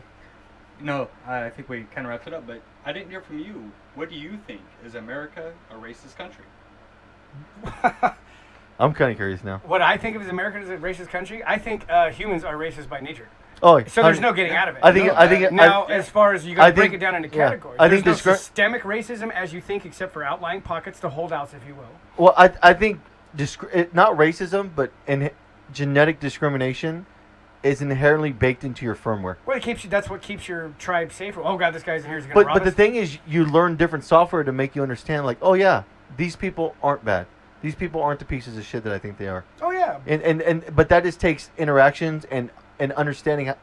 No, I think we kind of wrapped it up, but I didn't hear from you. What do you think? Is America a racist country? i'm kind of curious now what I think of as America as a racist country, I think uh, humans are racist by nature. oh So there's no getting out of it. i think No, i think that- I- now, as far as you I got to break think- it down into yeah. categories, I there's think no discri- systemic racism as you think, except for outlying pockets, the holdouts, if you will. Well, I I think disc- it- not racism, but in genetic discrimination is inherently baked into your firmware. Well, it keeps you. That's what keeps your tribe safe. Oh God, this guy's in here. He's gonna But rob but the us. thing is, you learn different software to make you understand. Like, oh yeah, these people aren't bad. These people aren't the pieces of shit that I think they are. Oh yeah. And and, and but that just takes interactions and and understanding. How,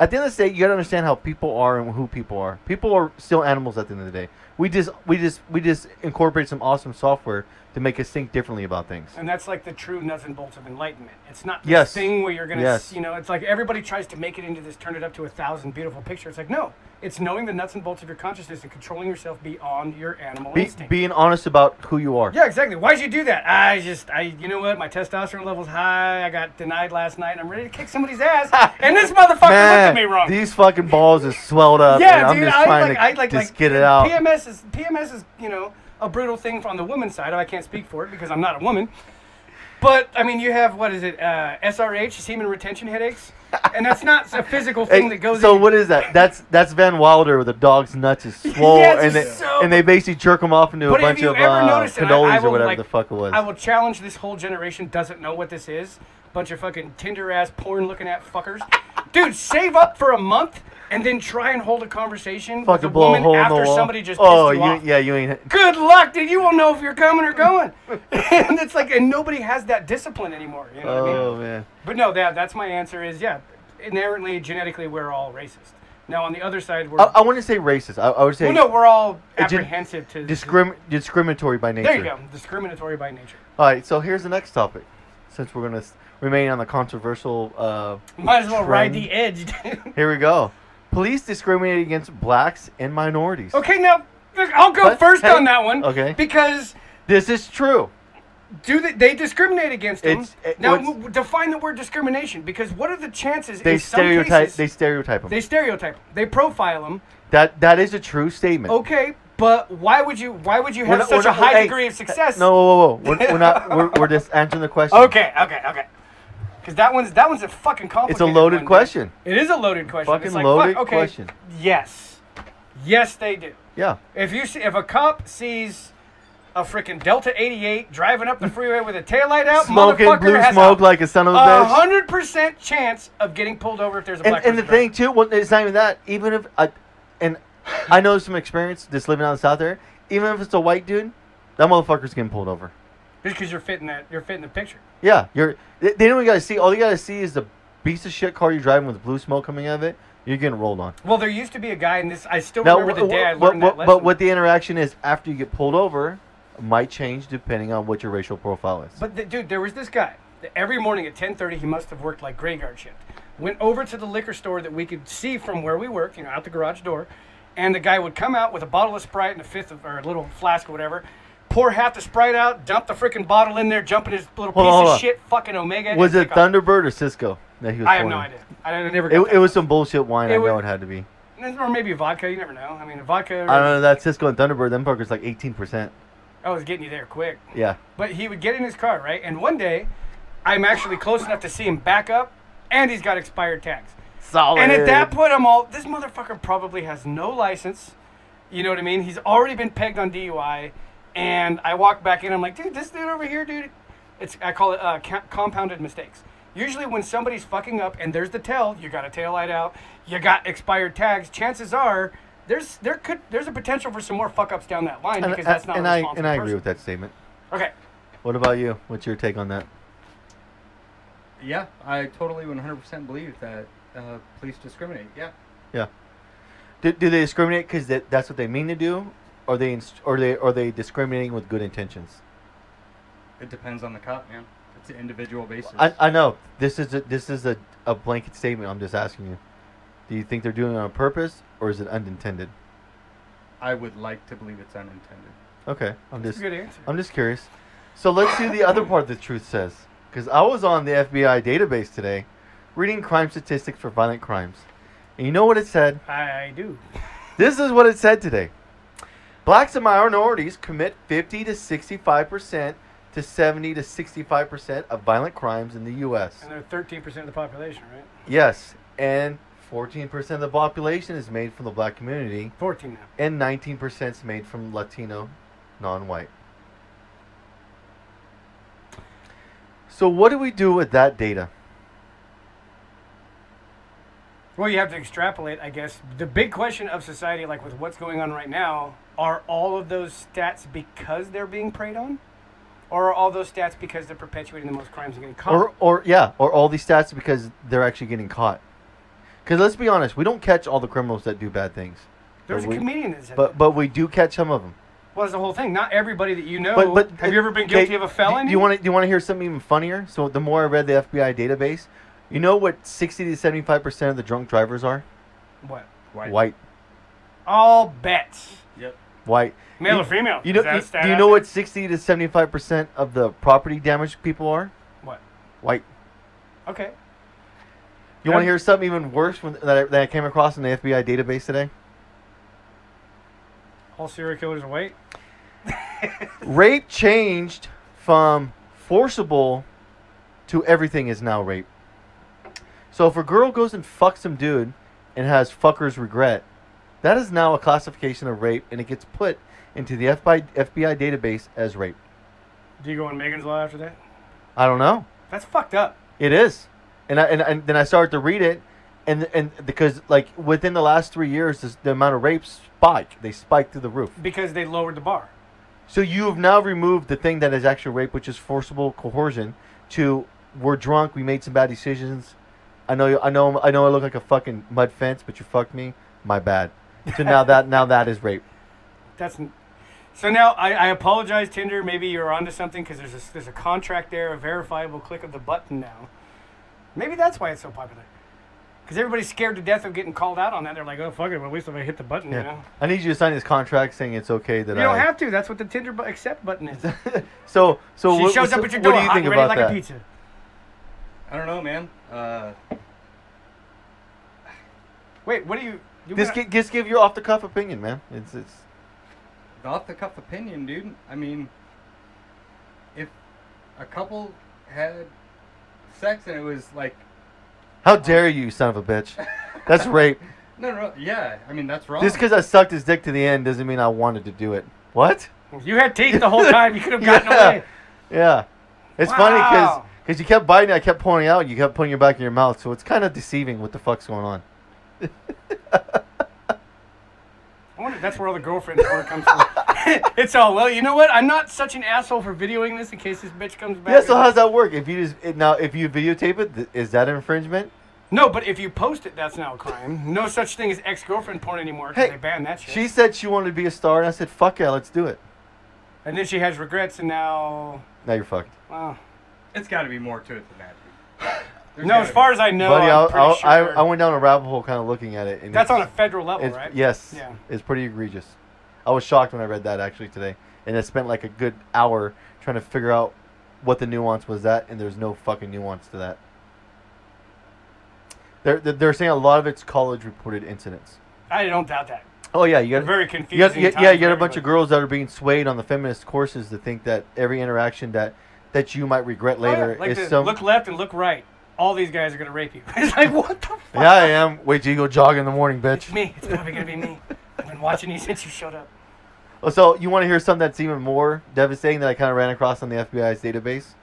at the end of the day, you gotta understand how people are and who people are. People are still animals at the end of the day. We just we just we just incorporate some awesome software to make us think differently about things. And that's like the true nuts and bolts of enlightenment. It's not this Yes. thing where you're gonna, Yes. s you know, it's like everybody tries to make it into this, turn it up to a thousand beautiful picture. It's like no, it's knowing the nuts and bolts of your consciousness and controlling yourself beyond your animal Be, instinct. being honest about who you are. yeah, exactly. Why'd you do that? I just, I, you know what? My testosterone level's high. I got denied last night, and I'm ready to kick somebody's ass. and this motherfucker Man, looked at me wrong. these fucking balls is swelled up. yeah, and dude. I'm just I trying like, to I like, just like, get it out. PMS is PMS is you know a brutal thing on the woman's side. I can't speak for it because I'm not a woman. But I mean, you have what is it? Uh, SRH, semen retention headaches, and that's not a physical Hey, thing that goes. so in. what is that? That's that's Van Wilder with the dog's nuts is swole, Yes, and they it's so- and they basically jerk him off into a But have bunch you of ever uh, noticed? and I- cannolis I or will, whatever like, the fuck it was. I will challenge this whole generation doesn't know what this is. Bunch of fucking Tinder ass porn looking at fuckers. Dude, save up for a month and then try and hold a conversation fucking with a blow woman a hole in the after wall. somebody just oh, pissed you off. yeah, you ain't. good luck, dude. You won't know if you're coming or going. and it's like, and nobody has that discipline anymore. You know what I mean? Oh man, But no, that that's my answer. Is yeah, inherently genetically we're all racist. Now on the other side, we're I, I wouldn't say racist. I, I would say well, no, we're all It gen- apprehensive to discrim- discriminatory by nature. There you go, discriminatory by nature. All right, so here's the next topic. Since we're gonna s- remain on the controversial, uh, Might as well ride Trend. the edge. dude. here we go. Police discriminate against blacks and minorities. okay, now look, I'll go What? first Hey, on that one. okay. because. This is true. Do they, they discriminate against them? It's- it- now, what's- w- w- define the word discrimination because what are the chances? They in some stereotype. cases- they stereotype them. They stereotype. 'em. They profile them. that that is a true statement. Okay, but why would you? Why would you We're have not- such we're a not- high hey, degree of success? No, whoa, whoa, whoa. We're, we're not. We're, we're just answering the question. Okay, okay, okay. Because that one's that one's a fucking complicated. loaded one, dude. question. It is a loaded question. Fucking It's like, loaded fuck, okay, question. Yes, yes, they do. Yeah. If you see, if a cop sees a freaking Delta 88 driving up the freeway with a taillight out, Smoking motherfucker blue has smoke a, like a son of a bitch. hundred percent chance of getting pulled over if there's a and, black. and the person driving. thing too, well, it's not even that. Even if I, and I know some experience just living out in the south there. Even if it's a white dude, that motherfucker's getting pulled over. just because you're fitting that you're fitting the picture. Yeah, you're. They, they don't even gotta see. All you gotta see is the piece of shit car you're driving with blue smoke coming out of it. You're getting rolled on. Well, there used to be a guy in this. I still Now, remember wh- the day I wh- learned wh- that lesson. but what the interaction is after you get pulled over might change depending on what your racial profile is. But the, dude, there was this guy. that Every morning at 10:30, he must have worked like graveyard shift. Went over to the liquor store that we could see from where we worked, you know, out the garage door, and the guy would come out with a bottle of Sprite and a fifth of or a little flask or whatever. Pour half the Sprite out, dump the freaking bottle in there, jump in his little piece on, hold on. of shit fucking Omega. and was it take off. Thunderbird or Cisco that he was? I have pulling no in? idea. I I never. Got It, it was some bullshit wine. It I know was- it had to be. that. or maybe vodka. You never know. I mean, vodka. I don't know that Cisco and Thunderbird. Them fuckers like eighteen percent. I was getting you there quick. Yeah. But he would get in his car, right? And one day, I'm actually close enough to see him back up, and he's got expired tags. Solid. And at that point, I'm all, this motherfucker probably has no license. You know what I mean? He's already been pegged on DUI. And I walk back in, I'm like, dude, this dude over here, dude, it's I call it uh, co- compounded mistakes. Usually, when somebody's fucking up and there's the tail, you got a tail light out, you got expired tags. Chances are, there's there could there's a potential for some more fuck ups down that line and, because that's not and a I responsible and I agree person. with that statement. Okay, What about you? What's your take on that? Yeah, I totally 100% believe that uh, police discriminate. Yeah. Yeah. Do, do they discriminate because that, that's what they mean to do, or they inst- or they are they discriminating with good intentions? It depends on the cop, man. It's an individual basis. I, I know this is a, this is a, a blanket statement. I'm just asking you. Do you think they're doing it on purpose or is it unintended? I would like to believe it's unintended. Okay, I'm that's just a good answer. I'm just curious. So let's do the other part that truth says. Because I was on the FBI database today reading crime statistics for violent crimes. And you know what it said? I do. This is what it said today Blacks and minorities commit 50 to 65% to 70 to 65% of violent crimes in the U.S. And they're 13% of the population, right? Yes, and 14% of the population is made from the black community, 14 now. and 19% is made from Latino, non white. So, what do we do with that data? Well, you have to extrapolate, I guess. The big question of society, like with what's going on right now, are all of those stats because they're being preyed on? Or are all those stats because they're perpetuating the most crimes and getting caught? Or, or yeah, or all these stats because they're actually getting caught. Because let's be honest, we don't catch all the criminals that do bad things. There's a But we- comedian that said But but we do catch some of them. Well, that's the whole thing. Not everybody that you know. But, but uh, have you ever been guilty of a felony? Do you want to do you want to hear something even funnier? So the more I read the FBI database, you know what sixty to seventy five percent of the drunk drivers are What? White. white, All bets. Yep. white. Male You- or female? You know, Is that a you- stat do you out know there? what sixty to seventy five percent of the property damage people are What? white. Okay. You want to Yeah. hear something even worse when, that, I, that I came across in the FBI database today? All serial killers are white. Rape changed from forcible to everything is now rape. So if a girl goes and fucks some dude and has fucker's regret, that is now a classification of rape and it gets put into the FBI, FBI database as rape. Do you go on Megan's Law after that? I don't know. That's fucked up. It is, and I, and, and then I started to read it, and and because like within the last three years, this, the amount of rapes spiked. They spiked through the roof. Because they lowered the bar. So you have now removed the thing that is actual rape, which is forcible coercion. To we're drunk, we made some bad decisions. I know, you, I know, I know, I look like a fucking mud fence, but you fucked me. My bad. So now that now that is rape. That's. n- So now I, I apologize, Tinder. Maybe you're onto something because there's a, there's a contract there, a verifiable click of the button now. Maybe that's why it's so popular. Because everybody's scared to death of getting called out on that. They're like, oh fuck it. Well, at least if I hit the button, you Yeah. know. I need you to sign this contract saying it's okay that You don't I. have to. That's what the Tinder bu- accept button is. so so she what, shows so up at your what door, do you hot think and ready about like that? a pizza. I don't know, man. Uh, Wait, what do you? you Just, wanna- gi- just give your off the cuff opinion, man. It's it's. the off the cuff opinion, dude. I mean, if a couple had sex and it was like, How dare you, son of a bitch? That's rape. no, no, yeah, I mean that's wrong. Just because I sucked his dick to the end doesn't mean I wanted to do it. What? you had teeth the whole time. You could have gotten Yeah. away. Yeah. It's funny 'cause funny Wow. because you kept biting, I kept pulling out, you kept putting your back in your mouth, so it's kind of deceiving what the fuck's going on. I wonder if that's where all the girlfriend porn comes from. it's all well. You know what? I'm not such an asshole for videoing this in case this bitch comes back. Yeah. So how's that work? If you just it, now, if you videotape it, th- is that infringement? No, but if you post it, that's now a crime. No such thing as ex-girlfriend porn anymore because Hey, they banned that shit. She said she wanted to be a star, and I said, "Fuck yeah, let's do it." and then she has regrets, and now, Now you're fucked, well, it's got to be more to it than that. Dude. There's no. As gotta far as I know, buddy. I'm I'll, pretty I'll, sure I, I went down a rabbit hole, kind of looking at it. And that's on it's- a federal level, It's, right? Yes. Yeah. It's pretty egregious. I was shocked when I read that actually today, and I spent like a good hour trying to figure out what the nuance was that, and there's no fucking nuance to that. They're they're- they're saying a lot of it's college reported incidents. I don't doubt that. Oh yeah, you got Very You got, confusing. yeah, times yeah, you for got a bunch of everybody. girls that are being swayed on the feminist courses to think that every interaction that that you might regret Oh, yeah, later like is the some. look left and look right. All these guys are gonna rape you. it's like what the fuck? yeah, I am. Wait till you go jog in the morning, bitch. It's me. It's probably gonna be me. I've been watching you since you showed up. Oh, So you want to hear something that's even more devastating that I kind of ran across on the FBI's database?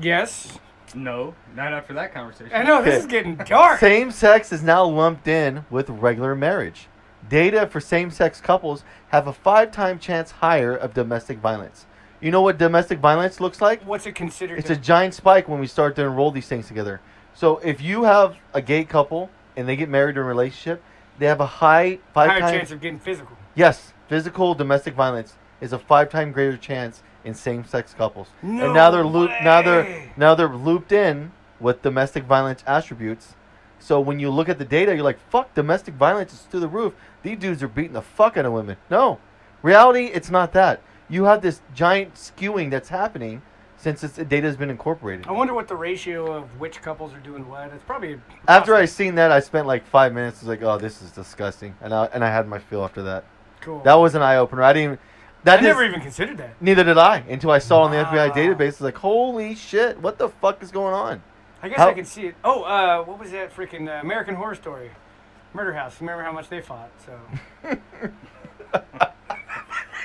Yes. be- No, not after that conversation. I know this is getting dark. Same sex is now lumped in with regular marriage. Data for same sex couples have a five time chance higher of domestic violence. You know what domestic violence looks like? What's it considered? It's to- a giant spike when we start to enroll these things together. So if you have a gay couple and they get married in a relationship, they have a high five higher times chance of getting physical. Yes, physical domestic violence is a five-time greater chance in same-sex couples. No and now they're looped. Now they're way. now they're looped in with domestic violence attributes. So when you look at the data, you're like, "Fuck, domestic violence is through the roof. These dudes are beating the fuck out of women." No, reality, it's not that. You have this giant skewing that's happening since this data has been incorporated. I wonder what the ratio of which couples are doing what. It's probably After I seen that, I spent like five minutes. I was like, "Oh, this is disgusting," and I and I had my feel after that. cool. That was an eye opener. I didn't. That I never is- even considered that. Neither did I until I saw on the FBI Wow. database. It's like, holy shit, what the fuck is going on? I guess How- I can see it. Oh, uh, what was that freaking uh, American Horror Story? Murder House. Remember how much they fought? So.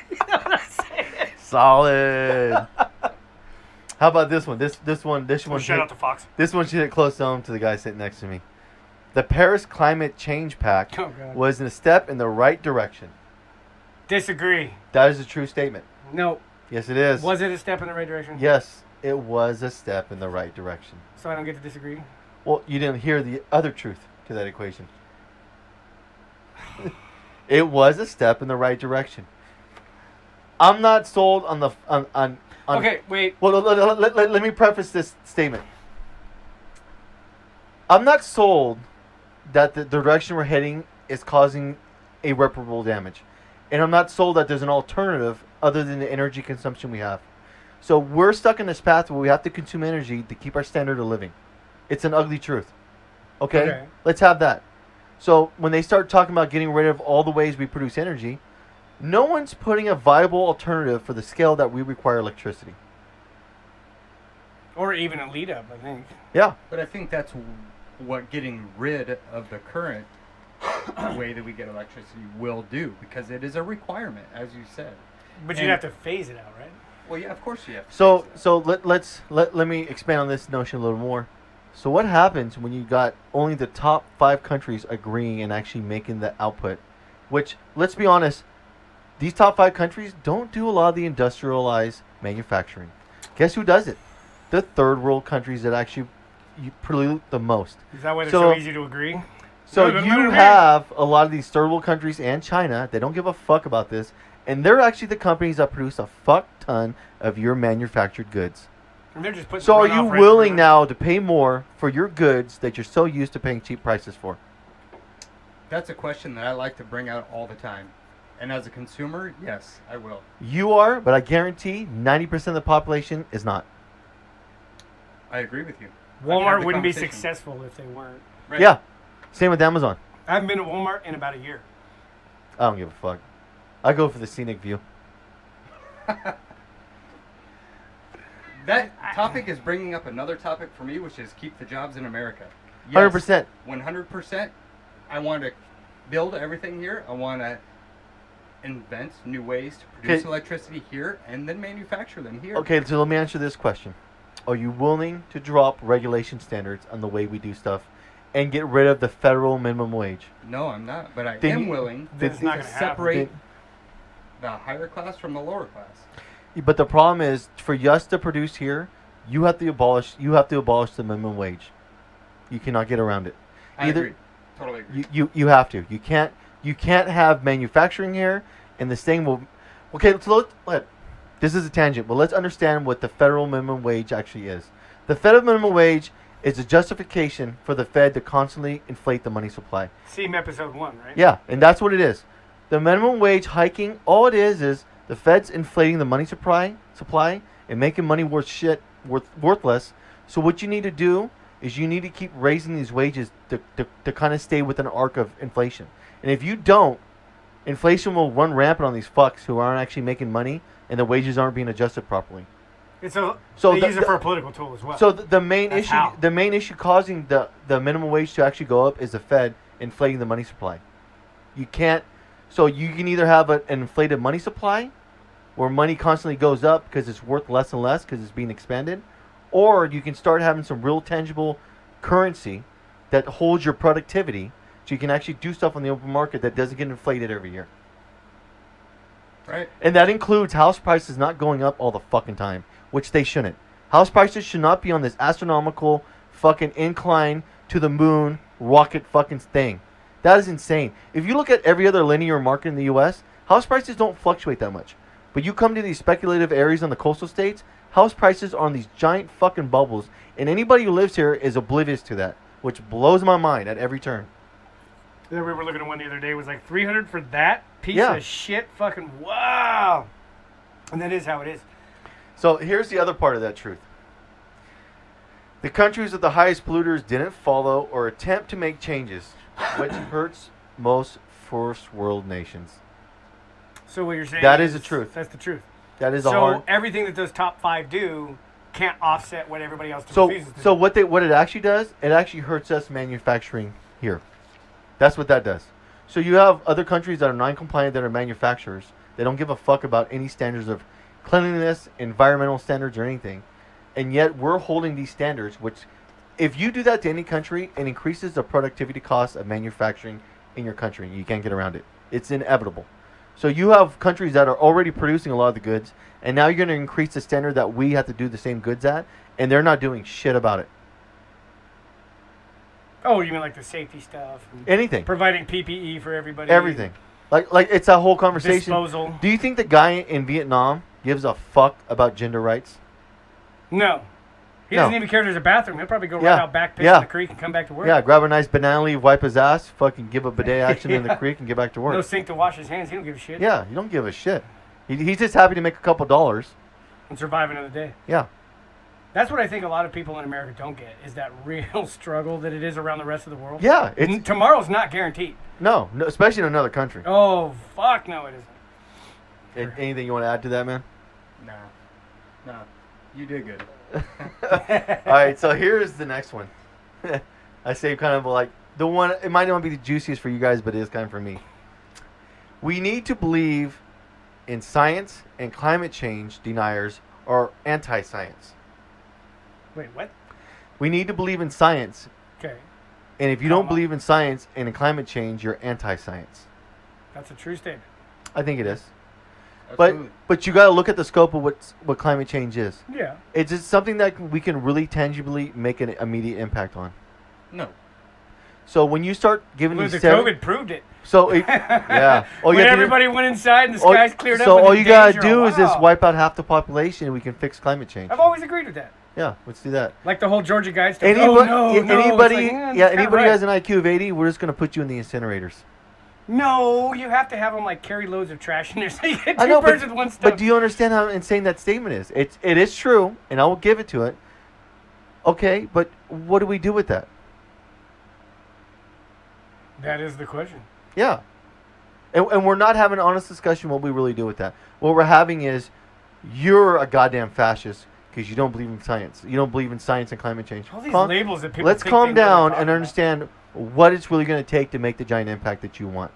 you know what I'm saying? Solid. How about this one? This this one this one Oh, shout hit- out to Fox. this one should hit close home to the guy sitting next to me. The Paris Climate Change Pact Oh, God. was a step in the right direction. Disagree. That is a true statement. No. Yes, it is. Was it a step in the right direction? yes, it was a step in the right direction. So I don't get to disagree. Well, you didn't hear the other truth to that equation. it was a step in the right direction. I'm not sold on the on on. on Okay, wait. Well, let, let- let- let- let me preface this statement. I'm not sold that the direction we're heading is causing irreparable damage. And I'm not sold that there's an alternative other than the energy consumption we have. So we're stuck in this path where we have to consume energy to keep our standard of living. It's an ugly truth. Okay? Okay. Let's have that. So when they start talking about getting rid of all the ways we produce energy, no one's putting a viable alternative for the scale that we require electricity. Or even a lead up, I think. Yeah. But I think that's w- what getting rid of the current way that we get electricity will do because it is a requirement, as you said. But And- you'd have to phase it out, right? Well, yeah, of course you have. To So phase it out. so let let's let let me expand on this notion a little more. So what happens when you got only the top five countries agreeing and actually making the output? Which let's be honest, these top five countries don't do a lot of the industrialized manufacturing. Guess who does it? The third world countries that actually you pollute the most. Is that why they're So- so, easy to agree? So Wait, wait, wait, you wait. have a lot of these third world countries and China. They don't give a fuck about this, and they're actually the companies that produce a fuck ton of your manufactured goods. And they're just putting So are runoff you rates willing on. now to pay more for your goods that you're so used to paying cheap prices for? that's a question that I like to bring out all the time. And as a consumer, yes, I will. You are, but I guarantee 90% of the population is not. I agree with you. I've had Walmart the wouldn't be conversation. successful if they weren't. Right. Yeah. Same with Amazon. I haven't been to Walmart in about a year. I don't give a fuck. I go for the scenic view. That topic is bringing up another topic for me, which is keep the jobs in America. 100%. One hundred percent. I want to build everything here. I want to invent new ways to produce Okay. electricity here and then manufacture them here. Okay, so let me answer this question. Are you willing to drop regulation standards on the way we do stuff and get rid of the federal minimum wage? No, I'm not, but I Then am you- willing Did- That's not to going to happen. separate Did- the higher class from the lower class. But the problem is for us to produce here, you have to abolish you have to abolish the minimum wage. You cannot get around it. I Either- agree. Totally agree. You, you you have to. You can't you can't have manufacturing here, and this thing will. Okay, so let, let this is a tangent, but let's understand what the federal minimum wage actually is. The federal minimum wage is a justification for the Fed to constantly inflate the money supply. Same episode one, right? Yeah, and that's what it is. The minimum wage hiking, all it is is the Fed's inflating the money supply, supply, and making money worth shit worth worthless. So what you need to do is you need to keep raising these wages to, to, to kind of stay within an arc of inflation. And if you don't, inflation will run rampant on these fucks who aren't actually making money and the wages aren't being adjusted properly. It's a, So so they the- use it the- for a political tool as well. So the, the main That's issue, how. the main issue causing the the minimum wage to actually go up is the Fed inflating the money supply. You can't. So you can either have a, an inflated money supply, where money constantly goes up because it's worth less and less because it's being expanded, or you can start having some real tangible currency that holds your productivity, so you can actually do stuff on the open market that doesn't get inflated every year. Right? And that includes house prices not going up all the fucking time, which they shouldn't. House prices should not be on this astronomical fucking incline to the moon rocket fucking thing. That is insane. If you look at every other linear market in the US, house prices don't fluctuate that much. But you come to these speculative areas on the coastal states, house prices are on these giant fucking bubbles, and anybody who lives here is oblivious to that, which blows my mind at every turn. Then we were looking at one the other day. It was like 300 for that piece Yeah. of shit. Fucking wow. And that is how it is. So here's the other part of that truth. The countries with the highest polluters didn't follow or attempt to make changes, which hurts most first world nations. So what you're saying That is the truth. That's the truth. That is a hard. So everything that those top five do can't offset what everybody else So refuses to so do. what they what it actually does, it actually hurts us manufacturing here. That's what that does. So you have other countries that are non-compliant that are manufacturers. They don't give a fuck about any standards of cleanliness, environmental standards, or anything, and yet we're holding these standards. Which, if you do that to any country, it increases the productivity cost of manufacturing in your country. You can't get around it. It's inevitable. So you have countries that are already producing a lot of the goods, and now you're going to increase the standard that we have to do the same goods at, and they're not doing shit about it. Oh, you mean like the safety stuff? and Anything, providing PPE for everybody. everything. Like like it's a whole conversation. Disposal. Do you think the guy in Vietnam gives a fuck about gender rights? No. He No. doesn't even care if there's a bathroom. He'll probably go right Yeah. out back, piss Yeah. in the creek, and come back to work. Yeah, grab a nice banana, wipe his ass, fucking give a bidet action in the Yeah. creek, and get back to work. No sink to wash his hands. He don't give a shit. yeah, you don't give a shit. He, he's just happy to make a couple dollars. And survive another day. Yeah, That's what I think a lot of people in America don't get is that real struggle that it is around the rest of the world. yeah. It's N- Tomorrow's not guaranteed. no, no especially in another country. Oh fuck no, it isn't. A- Anything you want to add to that, man? Nah. Nah. You did good. All right, so here's the next one. I say kind of like the one. It might not be the juiciest for you guys, but it is kind of for me. We need to believe in science, and climate change deniers are anti-science. Wait, what? We need to believe in science, Okay, and if you don't Comma. believe in science and in climate change, you're anti-science. that's a true statement. I think it is. But Absolutely. but you got to look at the scope of what what climate change is. Yeah. It's just something that we can really tangibly make an immediate impact on. no. So when you start giving Well, these the seven- COVID proved it. So it, yeah. All when you have to do- everybody went inside and the all- skies cleared up. so with all the you gotta danger, do is just wow. wipe out half the population, and we can fix climate change. I've always agreed with that. Yeah, let's do that. Like the whole Georgia guys. Stuff. Anybody, oh, no, yeah, no. It's anybody, like, eh, yeah, that's kinda anybody right. has an IQ of 80, we're just gonna put you in the incinerators. No, you have to have them like carry loads of trash in there so you get two I know, birds but, with one stone. but do you understand how insane that statement is? It's it is true, and I will give it to it. Okay, but what do we do with that? that is the question. Yeah. And, and we're not having an honest discussion what we really do with that. What we're having is you're a goddamn fascist because you don't believe in science. You don't believe in science and climate change. All these Calm- labels that people let's think calm they know what down they're and talking understand what it's really going to take to make the giant impact that you want.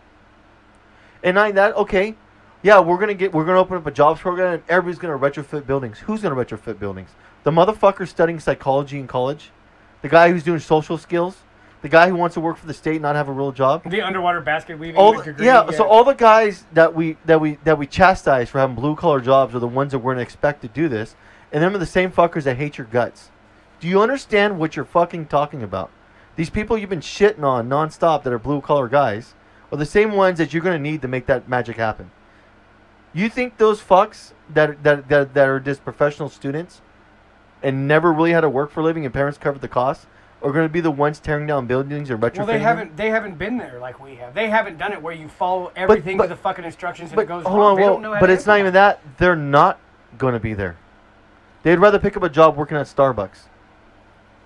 And not that, okay, yeah, we're gonna get, we're gonna open up a jobs program, and everybody's gonna retrofit buildings. Who's gonna retrofit buildings? The motherfucker studying psychology in college, the guy who's doing social skills, the guy who wants to work for the state and not have a real job. about. The underwater basket weaving All like, the- degree. yeah, so all the guys that we that we that we chastise for having blue collar jobs are the ones that weren't expected to do this, and them are the same fuckers that hate your guts. Do you understand what you're fucking talking about? These people you've been shitting on nonstop that are blue collar guys are the same ones that you're gonna need to make that magic happen. You think those fucks that that that, that are just professional students and never really had to work for a living and parents covered the cost are gonna be the ones tearing down buildings or retrofitting? Well, they them? haven't. They haven't been there like we have. They haven't done it where you follow everything but- to the fucking instructions and But it goes hold wrong. on, they well, don't know how but to it's not even implement. that. They're not going to be there. They'd rather pick up a job working at Starbucks.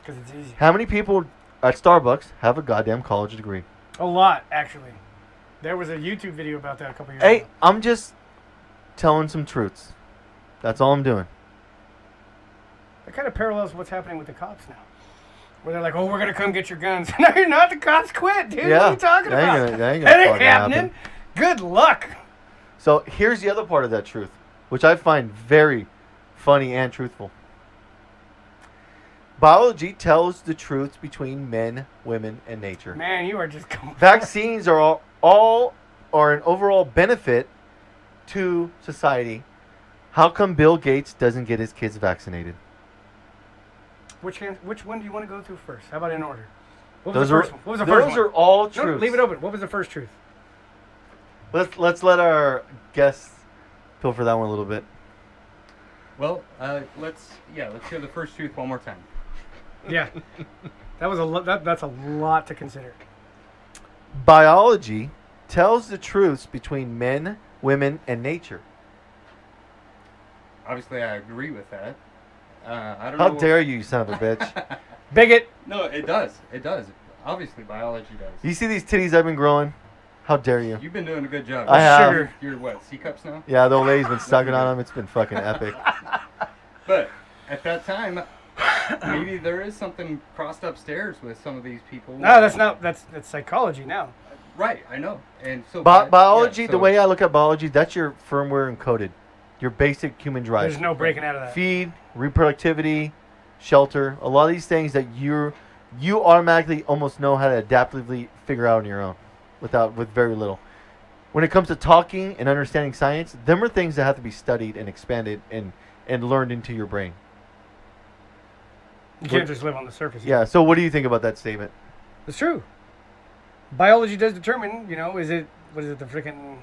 'Cause it's easy. How many people at Starbucks have a goddamn college degree? A lot, actually. There was a YouTube video about that a couple years Hey, ago. I'm just telling some truths. That's all I'm doing. That kind of parallels what's happening with the cops now. Where they're like, oh, we're going to come get your guns. no, you're not. The cops quit, dude. What Yeah, are you talking that ain't about? gonna- that ain't gonna that ain't fucking happening. happen. Good luck. So here's the other part of that truth, which I find very funny and truthful. Biology tells the truths between men, women, and nature. Man, you are just going. vaccines are all, all are an overall benefit to society. How come Bill Gates doesn't get his kids vaccinated? Which, hand, which one do you want to go through first? How about in order? What was Those the are first one? What was the those first are one? all No, truths. leave it open. What was the first truth? Let's let's let our guests pill for that one a little bit. Well, uh, let's yeah, let's hear the first truth one more time. Yeah. that was a lo- that, That's a lot to consider. Biology tells the truths between men, women, and nature. Obviously, I agree with that. Uh, I don't How know. dare you, you son of a bitch! Bigot. No, it does. It does. Obviously, biology does. you see these titties I've been growing? How dare you? You've been doing a good job. I have. Sugar. You're what C cups now? Yeah, the old lady's been sucking on them. It's been fucking epic. But at that time, maybe there is something crossed upstairs with some of these people. No, that's not. That's, that's psychology now. right. I know. And so Bi- bi- biology, yeah, so the way I look at biology, that's your firmware encoded, your basic human drive. There's no breaking out of that. feed, reproductivity, shelter, a lot of these things that you're you automatically almost know how to adaptively figure out on your own, without with very little. When it comes to talking and understanding science, them are things that have to be studied and expanded and and learned into your brain. You can't just live on the surface. Yeah. So, what do you think about that statement? It's true. Biology does determine, you know, is it what is it? The freaking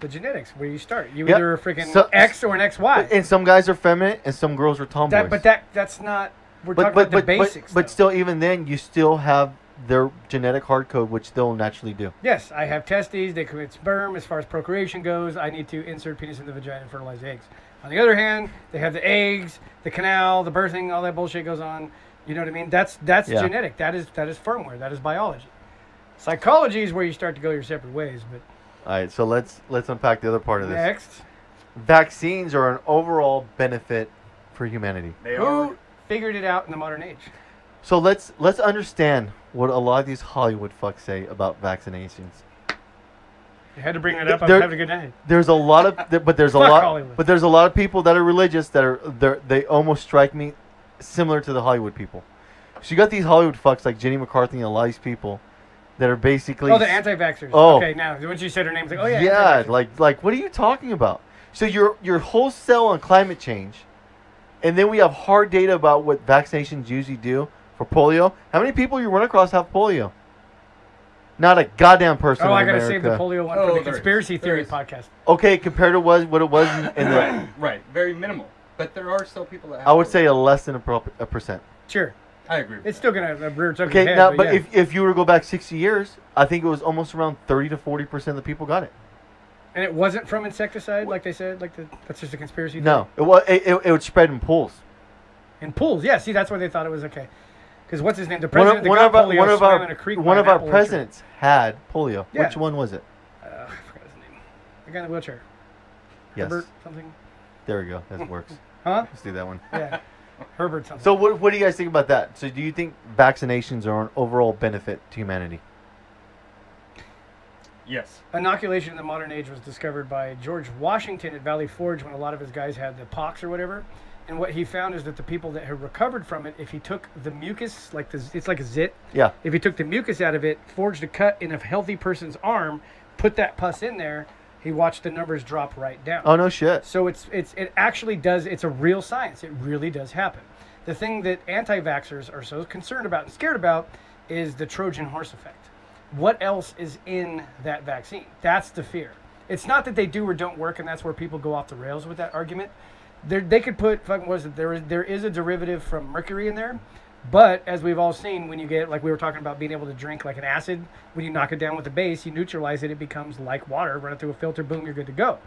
the genetics where you start. You Yep. either a freaking So- X or an XY. And some guys are feminine, and some girls are tomboys. that, but that that's not. We're but talking but, about but, the but- basics. but though. still, even then, you still have their genetic hard code, which they'll naturally do. Yes, I have testes. They commit sperm. As far as procreation goes, I need to insert penis in the vagina and fertilize eggs. On the other hand, they have the eggs, the canal, the birthing, all that bullshit goes on. You know what I mean? That's that's Yeah. genetic. That is that is firmware. That is biology. Psychology is where you start to go your separate ways. But All right, so let's let's unpack the other part of this. next, Vaccines are an overall benefit for humanity. They who are. figured it out in the modern age? So let's let's understand what a lot of these Hollywood fucks say about vaccinations. You had to bring that up. I'm They're- having a good night. There's a lot of th- but there's a Fuck lot Hollywood. but there's a lot of people that are religious that are they're- they almost strike me similar to the Hollywood people. So you got these Hollywood fucks like Jenny McCarthy and a lot of these people that are basically Oh, the anti-vaxxers. Oh. Okay, now once you said her name, it's like, oh yeah. anti-vaxxers. like like what are you talking about? So your your whole sell on climate change, and then we have hard data about what vaccinations usually do for polio. How many people you run across have polio? Not a goddamn person. Oh, in I gotta America. save the polio one for Oh, there the is. conspiracy There theory is. podcast. Okay, compared to was what it was in, in the, Right, right. Very minimal. But there are still people that have I would COVID. say a less than a, pro- a percent. Sure, I agree. With it's that. still gonna uh, rear its ugly Okay, head, now but yeah. if if you were to go back sixty years, I think it was almost around thirty to forty percent of the people got it. And it wasn't from insecticide, like they said. Like the, that's just a conspiracy. No, it was it, it, it would spread in pools. theory. In pools, yeah. See, that's why they thought it was okay. Because what's his name? The One president. of, that one got of our polio one of swam our in a creek one by of an our apple orchard. presidents had polio. Yeah. Which one was it? Uh, I forgot his name. The guy in the wheelchair. Yes, Herbert something. there we go. That works. Huh? Let's do that one. Yeah. Herbert something. So, what, what do you guys think about that? So, do you think vaccinations are an overall benefit to humanity? Yes. Inoculation in the modern age was discovered by George Washington at Valley Forge when a lot of his guys had the pox or whatever. And what he found is that the people that had recovered from it, if he took the mucus, like the, it's like a zit, Yeah, If he took the mucus out of it, forged a cut in a healthy person's arm, put that pus in there, he watched the numbers drop right down. Oh no shit. So it's it's it actually does it's a real science. It really does happen. The thing that anti-vaxxers are so concerned about and scared about is the Trojan horse effect. What else is in that vaccine? That's the fear. It's not that they do or don't work, and that's where people go off the rails with that argument. There, they could put fucking what is it? There is there is a derivative from mercury in there, but as we've all seen, when you get like we were talking about being able to drink like an acid, when you knock it down with the base, you neutralize it, it becomes like water. Run it through a filter, boom, you're good to go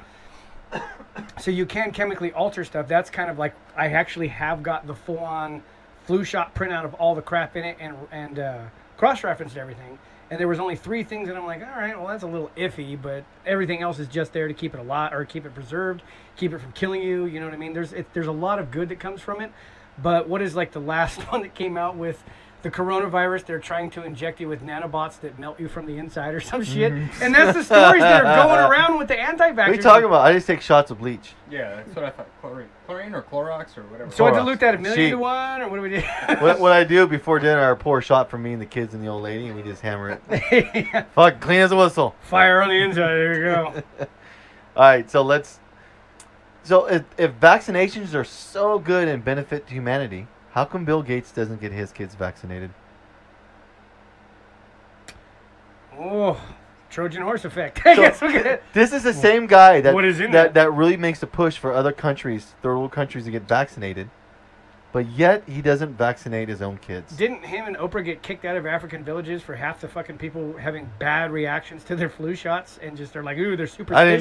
so you can chemically alter stuff. That's kind of like I actually have got the full on flu shot printout of all the crap in it and and uh, cross referenced everything. And there was only three things, and I'm like, all right, well that's a little iffy, but everything else is just there to keep it alive or keep it preserved, keep it from killing you. You know what I mean? There's it, there's a lot of good that comes from it, but what is like the last one that came out with? The coronavirus, they're trying to inject you with nanobots that melt you from the inside or some shit. And that's the stories that are going around with the anti vaxxers. What are you talking about? I just take shots of bleach. Yeah, that's what I thought. Chlorine, chlorine or Clorox or whatever. So I Clorox. dilute that a million She- to one, or what do we do? What, what I do before dinner, I pour a shot for me and the kids and the old lady, and we just hammer it. Fuck, clean as a whistle. Fire on the inside. There you go. All right, so let's. So if, if vaccinations are so good and benefit to humanity, how come Bill Gates doesn't get his kids vaccinated? Oh, Trojan horse effect. I So, guess we could. This is the same guy that What is in that, that? that really makes a push for other countries, third world countries, to get vaccinated, but yet he doesn't vaccinate his own kids. Didn't him and Oprah get kicked out of African villages for half the fucking people having bad reactions to their flu shots and just they're like, ooh, they're I didn't.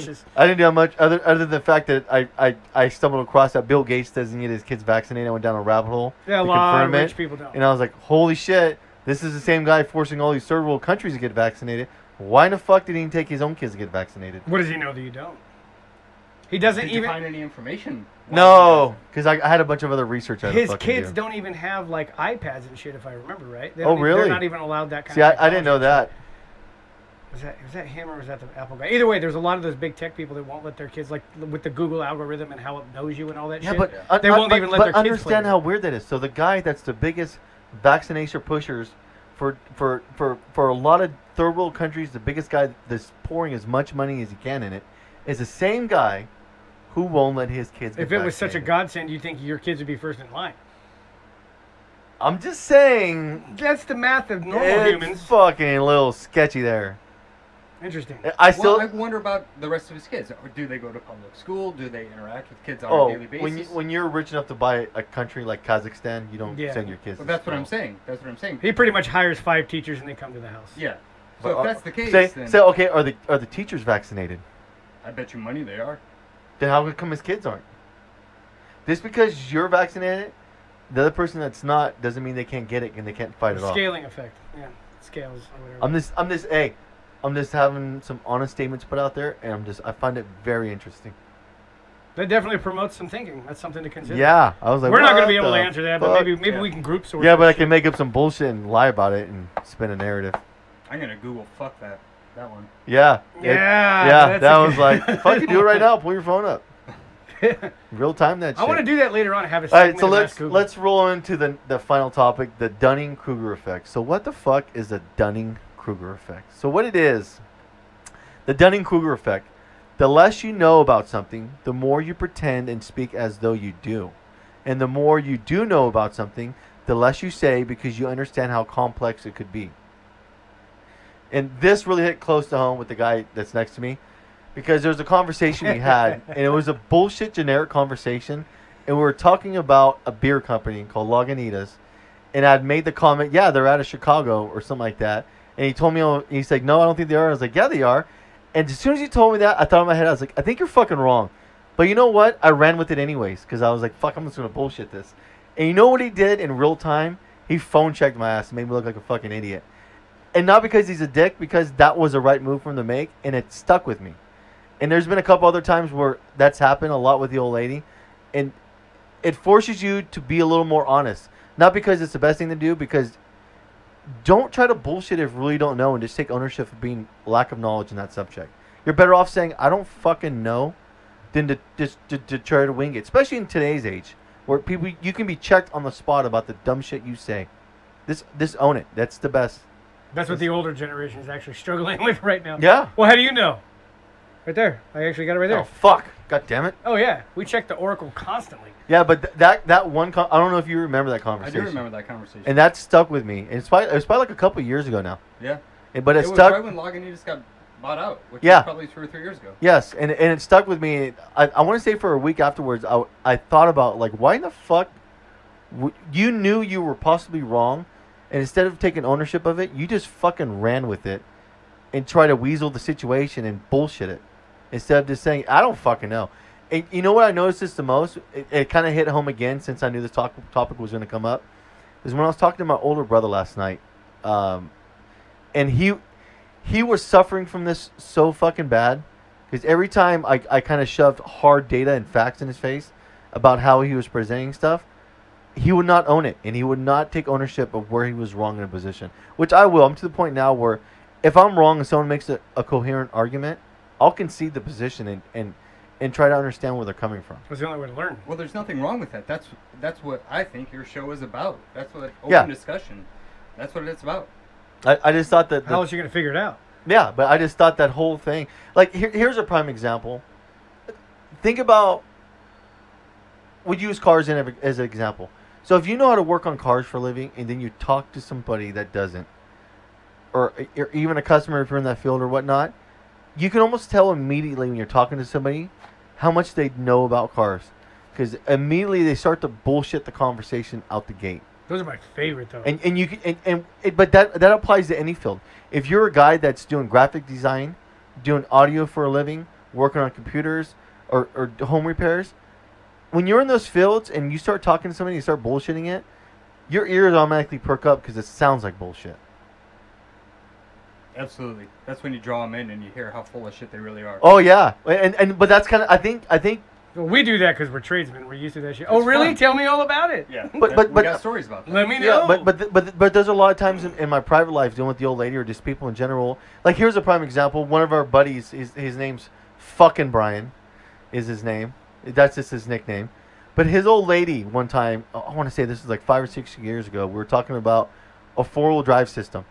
superstitious. I didn't do much other other than the fact that I, I, I stumbled across that Bill Gates doesn't get his kids vaccinated. I went down a rabbit hole Yeah, a to lot of confirm rich it, people don't. and I was like, "Holy shit! This is the same guy forcing all these third world countries to get vaccinated. Why in the fuck did he take his own kids to get vaccinated?" what does he know that you don't? He doesn't Did you even. find any information? No, because I, I had a bunch of other research. I had to His fucking kids do. don't even have like iPads and shit, if I remember right. They Oh, don't even- really? They're not even allowed that kind See, of. I, I didn't know that. technology. Was that was that him or was that the Apple guy? Either way, there's a lot of those big tech people that won't let their kids like with the Google algorithm and how it knows you and all that Yeah, shit. but Yeah. uh, They uh, won't but- even let but their kids play understand with it. how weird that is. So the guy that's the biggest vaccination pushers for for for for a lot of third world countries, the biggest guy that's pouring as much money as he can in it, is the same guy who won't let his kids. Get if it was such a vaccinated. godsend, you'd think your kids would be first in line. I'm just saying, That's the math of normal it's humans. fucking a little sketchy there. Interesting. I still well, I wonder about the rest of his kids. Or Do they go to public school? Do they interact with kids on oh a daily basis? when you, when you're rich enough to buy a country like Kazakhstan, you don't Yeah. send your kids. Well, to that's what I'm school. saying. That's what I'm saying. He pretty much hires five teachers and they come to the house. Yeah. So But, uh, if that's the case, Say, then say okay, are the are the teachers vaccinated? I bet you money they are. Then how come his kids aren't? Just because you're vaccinated, the other person that's not doesn't mean they can't get it and they can't fight it off. Scaling effect. Yeah. Scales or whatever. I'm just I'm just hey, I'm just having some honest statements put out there, and I'm just I find it very interesting. that definitely promotes some thinking. That's something to consider. Yeah, I was like, We're not going gonna be able to answer that, but maybe maybe Yeah. we can group source. Yeah, but I this can make up some bullshit and lie about it and spin a narrative. I'm gonna Google fuck that that one. Yeah. shit. it- yeah. yeah, that's that a was good- like, fucking do it right now. Pull your phone up. Real time that shit. I want to do that later on. Have a All segment right, so of let's Ask Google. let's roll into the the final topic, the Dunning Kruger effect. So what the fuck is the Dunning Kruger effect? So what it is, the Dunning Kruger effect. The less you know about something, the more you pretend and speak as though you do, and the more you do know about something, the less you say because you understand how complex it could be. And this really hit close to home with the guy that's next to me, because there was a conversation we had, and it was a bullshit generic conversation and we were talking about a beer company called Lagunitas, and I'd made the comment, yeah, they're out of Chicago or something like that. And he told me, oh, he's like, no, I don't think they are. I was like, yeah, they are. And as soon as he told me that, I thought in my head, I was like, I think you're fucking wrong. But you know what? I ran with it anyways because I was like, fuck, I'm just gonna bullshit this. And you know what he did in real time? He phone checked my ass and made me look like a fucking idiot. And not because he's a dick, because that was the right move for him to make, and it stuck with me. And there's been a couple other times where that's happened a lot with the old lady, and it forces you to be a little more honest. Not because it's the best thing to do, because don't try to bullshit if you really don't know and just take ownership of being lack of knowledge in that subject. You're better off saying, I don't fucking know, than to just to, to try to wing it, especially in today's age where people you can be checked on the spot about the dumb shit you say. This this own it. That's the best. That's what the older generation is actually struggling with right now. Yeah. Well, how do you know? Right there. I actually got it right Oh there. fuck. God damn it. Oh, yeah. We check the Oracle constantly. Yeah, but th- that that one con- I don't know if you remember that I conversation. do remember that conversation. And that stuck with me. And it's probably it's probably like a couple years ago now. yeah. And- But It, it, was stuck. right when Lagunitas got bought out, which Yeah. was probably two or three years ago. Yes, and and it stuck with me. I, I want to say for a week afterwards, I, I thought about like why in the fuck w- you knew you were possibly wrong, and instead of taking ownership of it, you just fucking ran with it, and try to weasel the situation and bullshit it, instead of just saying I don't fucking know. And you know what I noticed this the most? It, it kind of hit home again since I knew this talk, topic was going to come up, is when I was talking to my older brother last night, um, and he he was suffering from this so fucking bad because every time I, I kind of shoved hard data and facts in his face about how he was presenting stuff, he would not own it and he would not take ownership of where he was wrong in a position. Which I will. I'm to the point now where if I'm wrong and someone makes a, a coherent argument, I'll concede the position and, and, and try to understand where they're coming from. That's the only way to learn. Well, there's nothing wrong with that. That's that's what I think your show is about. That's what open Yeah. discussion. That's what it's about. I, I just thought that the- How else are you going to figure it out? Yeah, but I just thought that whole thing. Like, here, here's a prime example. Think about. We use cars in every, as an example. So if you know how to work on cars for a living, and then you talk to somebody that doesn't, or, or even a customer if you're in that field or whatnot, you can almost tell immediately when you're talking to somebody how much they know about cars, because immediately they start to bullshit the conversation out the gate. Those are my favorite, though. And and you can and, and it, but that that applies to any field. If you're a guy that's doing graphic design, doing audio for a living, working on computers or, or home repairs, when you're in those fields and you start talking to somebody and you start bullshitting it, your ears automatically perk up because it sounds like bullshit. Absolutely. That's when you draw them in and you hear how full of shit they really are. Oh yeah, and and but that's kind of I think I think well, we do that because we're tradesmen. We're used to that shit. Oh, It's really? fun. Tell me all about it. Yeah. But- that- but- we but- got stories about that. Let me know. Yeah, but but th- but th- but there's a lot of times in, in my private life dealing with the old lady or just people in general. Like here's a prime example. One of our buddies, his, his name's fucking Brian, is his name. That's just his nickname. But his old lady one time, I- I want to say this is like five or six years ago. We were talking about a four wheel drive system.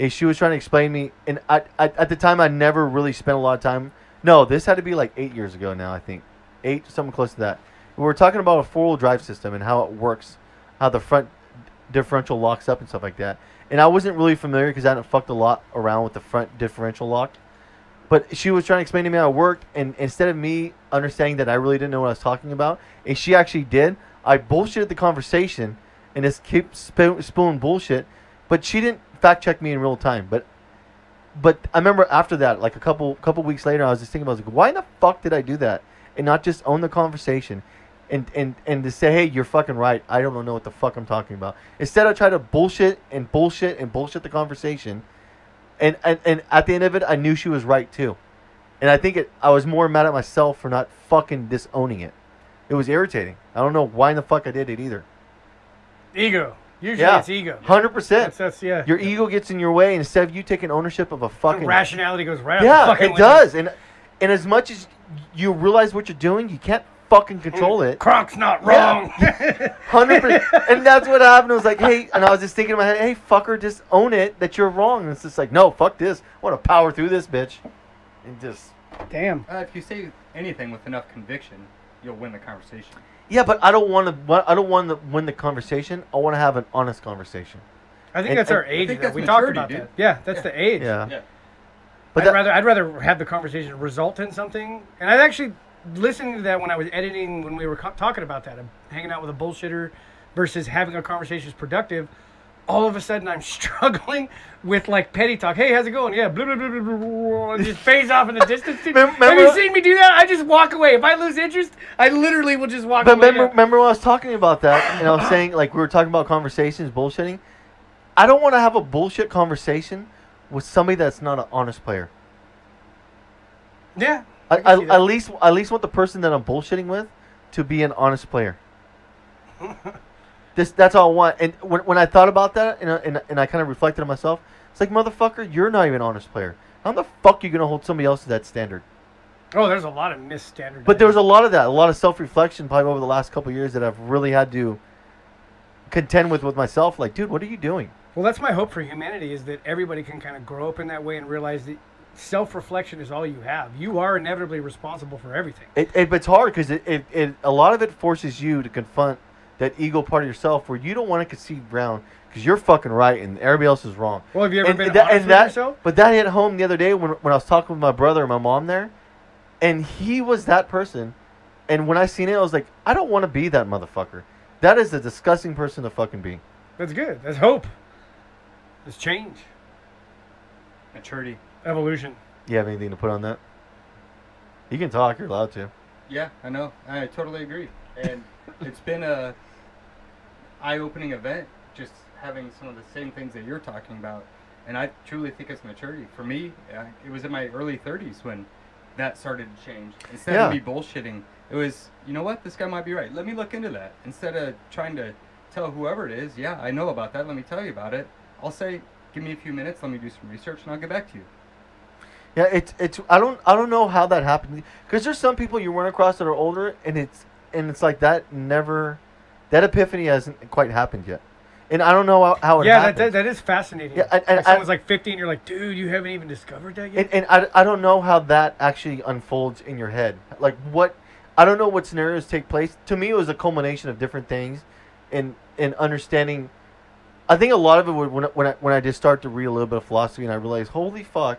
And she was trying to explain me, and I, I at the time I never really spent a lot of time. No, this had to be like eight years ago now. I think eight, something close to that. We were talking about a four wheel drive system and how it works, how the front differential locks up and stuff like that. And I wasn't really familiar because I hadn't fucked a lot around with the front differential lock. But she was trying to explain to me how it worked, and instead of me understanding that I really didn't know what I was talking about, and she actually did, I bullshitted the conversation and just kept sp- spilling bullshit. But she didn't fact check me in real time. But but I remember after that, like a couple couple weeks later, I was just thinking, about, I was like, why the fuck did I do that? And not just own the conversation, and and and to say, hey, you're fucking right. I don't know what the fuck I'm talking about. Instead, I try to bullshit and bullshit and bullshit the conversation, and and and at the end of it, I knew she was right too, and I think it. I was more mad at myself for not fucking disowning it. It was irritating. I don't know why in the fuck I did it either. Ego. Usually Yeah, it's ego. hundred percent. That's, that's yeah. Your ego gets in your way and instead of you taking ownership of a fucking rationality goes right. out the Yeah, fucking it window. does. And and as much as you realize what you're doing, you can't fucking control it. Croc's not Yeah. wrong. Hundred percent. And that's what happened. I was like, hey, and I was just thinking in my head, hey, fucker, just own it that you're wrong. And it's just like, no, fuck this. I want to power through this bitch, and just Damn. Uh, if you say anything with enough conviction, you'll win the conversation. yeah. But I don't want to. I don't want to win the conversation. I want to have an honest conversation. I think And- that's and- our I age. think That that's we talked maturity, about dude. that. Yeah, that's Yeah. the age. Yeah. Yeah. But I'd that, rather I'd rather have the conversation result in something. And I was actually listening to that when I was editing when we were co- talking about that, I'm hanging out with a bullshitter versus having a conversation is productive. All of a sudden, I'm struggling with like petty talk. Hey, how's it going? Yeah, blah blah blah blah. blah, blah and just phase off in the distance. dude. Mem- Have you remember- seen me do that? I just walk away. If I lose interest, I literally will just walk But away. remember, remember when I was talking about that, and I was saying like we were talking about conversations, bullshitting. I don't want to have a bullshit conversation with somebody that's not an honest player. yeah. I, I I, can see that. at least, I at least want the person that I'm bullshitting with to be an honest player. this that's all I want. And when, when I thought about that, and I- and, I- and I kind of reflected on myself, it's like motherfucker, you're not even an honest player. How the fuck you gonna hold somebody else to that standard? Oh, there's a lot of misstandard. But there was a lot of that, a lot of self reflection probably over the last couple of years that I've really had to contend with with myself. Like, dude, what are you doing? Well, that's my hope for humanity is that everybody can kind of grow up in that way and realize that self reflection is all you have. You are inevitably responsible for everything. It, it it's hard because it, it, it a lot of it forces you to confront that ego part of yourself where you don't want to concede ground because you're fucking right and everybody else is wrong. Well, have you ever and, been and that, honest and with that- yourself? But that hit home the other day when, when I was talking with my brother and my mom there, and he was that person. And when I seen it, I was like, I don't want to be that motherfucker. That is a disgusting person to fucking be. That's good. That's hope. That's change, Maturity. evolution. You have anything to put on that? You can talk. You're allowed to. Yeah, I know. I totally agree. And it's been a eye-opening event just having some of the same things that you're talking about. And I truly think it's maturity. For me, uh, it was in my early 30s when that started to change. Instead of Yeah. me bullshitting, it was, you know what? This guy might be right. Let me look into that. Instead of trying to tell whoever it is, yeah, I know about that. Let me tell you about it. I'll say, give me a few minutes. Let me do some research, and I'll get back to you. Yeah, it's it's. I don't I don't know how that happened because there's some people you run across that are older, and it's and it's like that never, that epiphany hasn't quite happened yet, and I don't know how, how Oh, it yeah, that, happened. that, that is fascinating. Yeah, and- and like I- someone's like 15, you're like, dude, you haven't even discovered that yet? And, and I, I don't know how that actually unfolds in your head. Like what I don't know what scenarios take place. To me, it was a culmination of different things, and and understanding. I think a lot of it would when I- when I, when I just start to read a little bit of philosophy and I realize, holy fuck,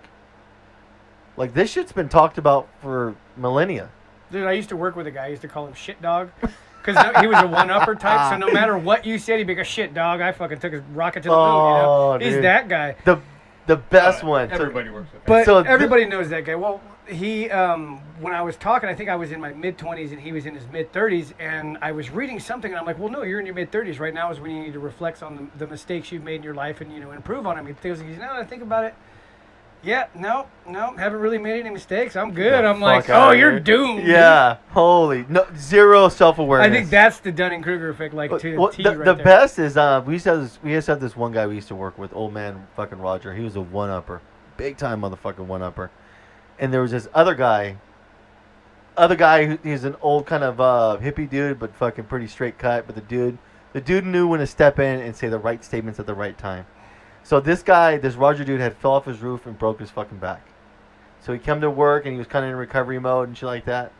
like this shit's been talked about for millennia. Dude, I used to work with a guy. I used to call him shit dog because he was a one upper type. So Ah. no matter what you said, he'd be like, shit dog. I fucking took a rocket to the moon. You know? Oh, He's dude. that guy. The the best one. So- Uh, Everybody works with that. But So th- everybody knows that guy. Well, he um, when I was talking, I think I was in my mid twenties and he was in his mid thirties, and I was reading something, and I'm like, well, no, you're in your mid thirties right now is when you need to reflect on the, the mistakes you've made in your life and you know improve on them. He goes, he's no, I think about it. Yeah, no, no, haven't really made any mistakes. I'm good. I'm Fuck like, outta oh, you're here. doomed. dude." Yeah. Holy no zero self awareness. I think that's the Dunning Kruger effect, like But- to well, the T the, right the there. best is uh, we used to have this, we used to have this one guy we used to work with, old man fucking Roger. He was a one upper, big time motherfucking one upper. And there was this other guy, other guy who he's an old kind of uh, hippie dude, but fucking pretty straight cut. But the dude, the dude knew when to step in and say the right statements at the right time. So this guy, this Roger dude, had fell off his roof and broke his fucking back. So he came to work and he was kind of in recovery mode and shit like that.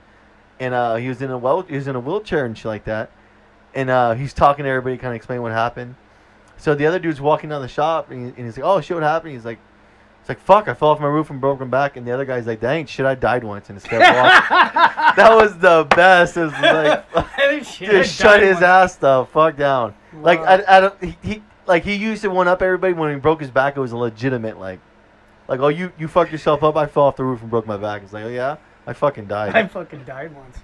And uh, he was in a well, he was in a wheelchair and shit like that. And uh, he's talking to everybody, kind of explaining what happened. So the other dude's walking down the shop and, he, and he's like, "Oh shit, what happened?" He's like, It's like fuck, I fell off my roof and broke my back, and the other guy's like, that ain't shit. I died once and stepped off. that was the best. It was like, Shit, I just shut died his once. ass the fuck down. Like Wow. I, I don't, he, he like he used to one up everybody when he broke his back. It was a legitimate like, like oh you you fucked yourself up. I fell off the roof and broke my back. It's like oh yeah, I fucking died. I fucking died once.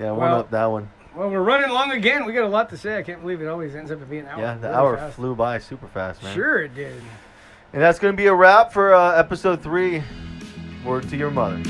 yeah, one well- up that one. Well, we're running long again. We got a lot to say. I can't believe it always ends up being an hour. Yeah, the Really hour fast. flew by super fast, man. Sure, it did. And that's gonna be a wrap for uh, episode three. Word to your mother.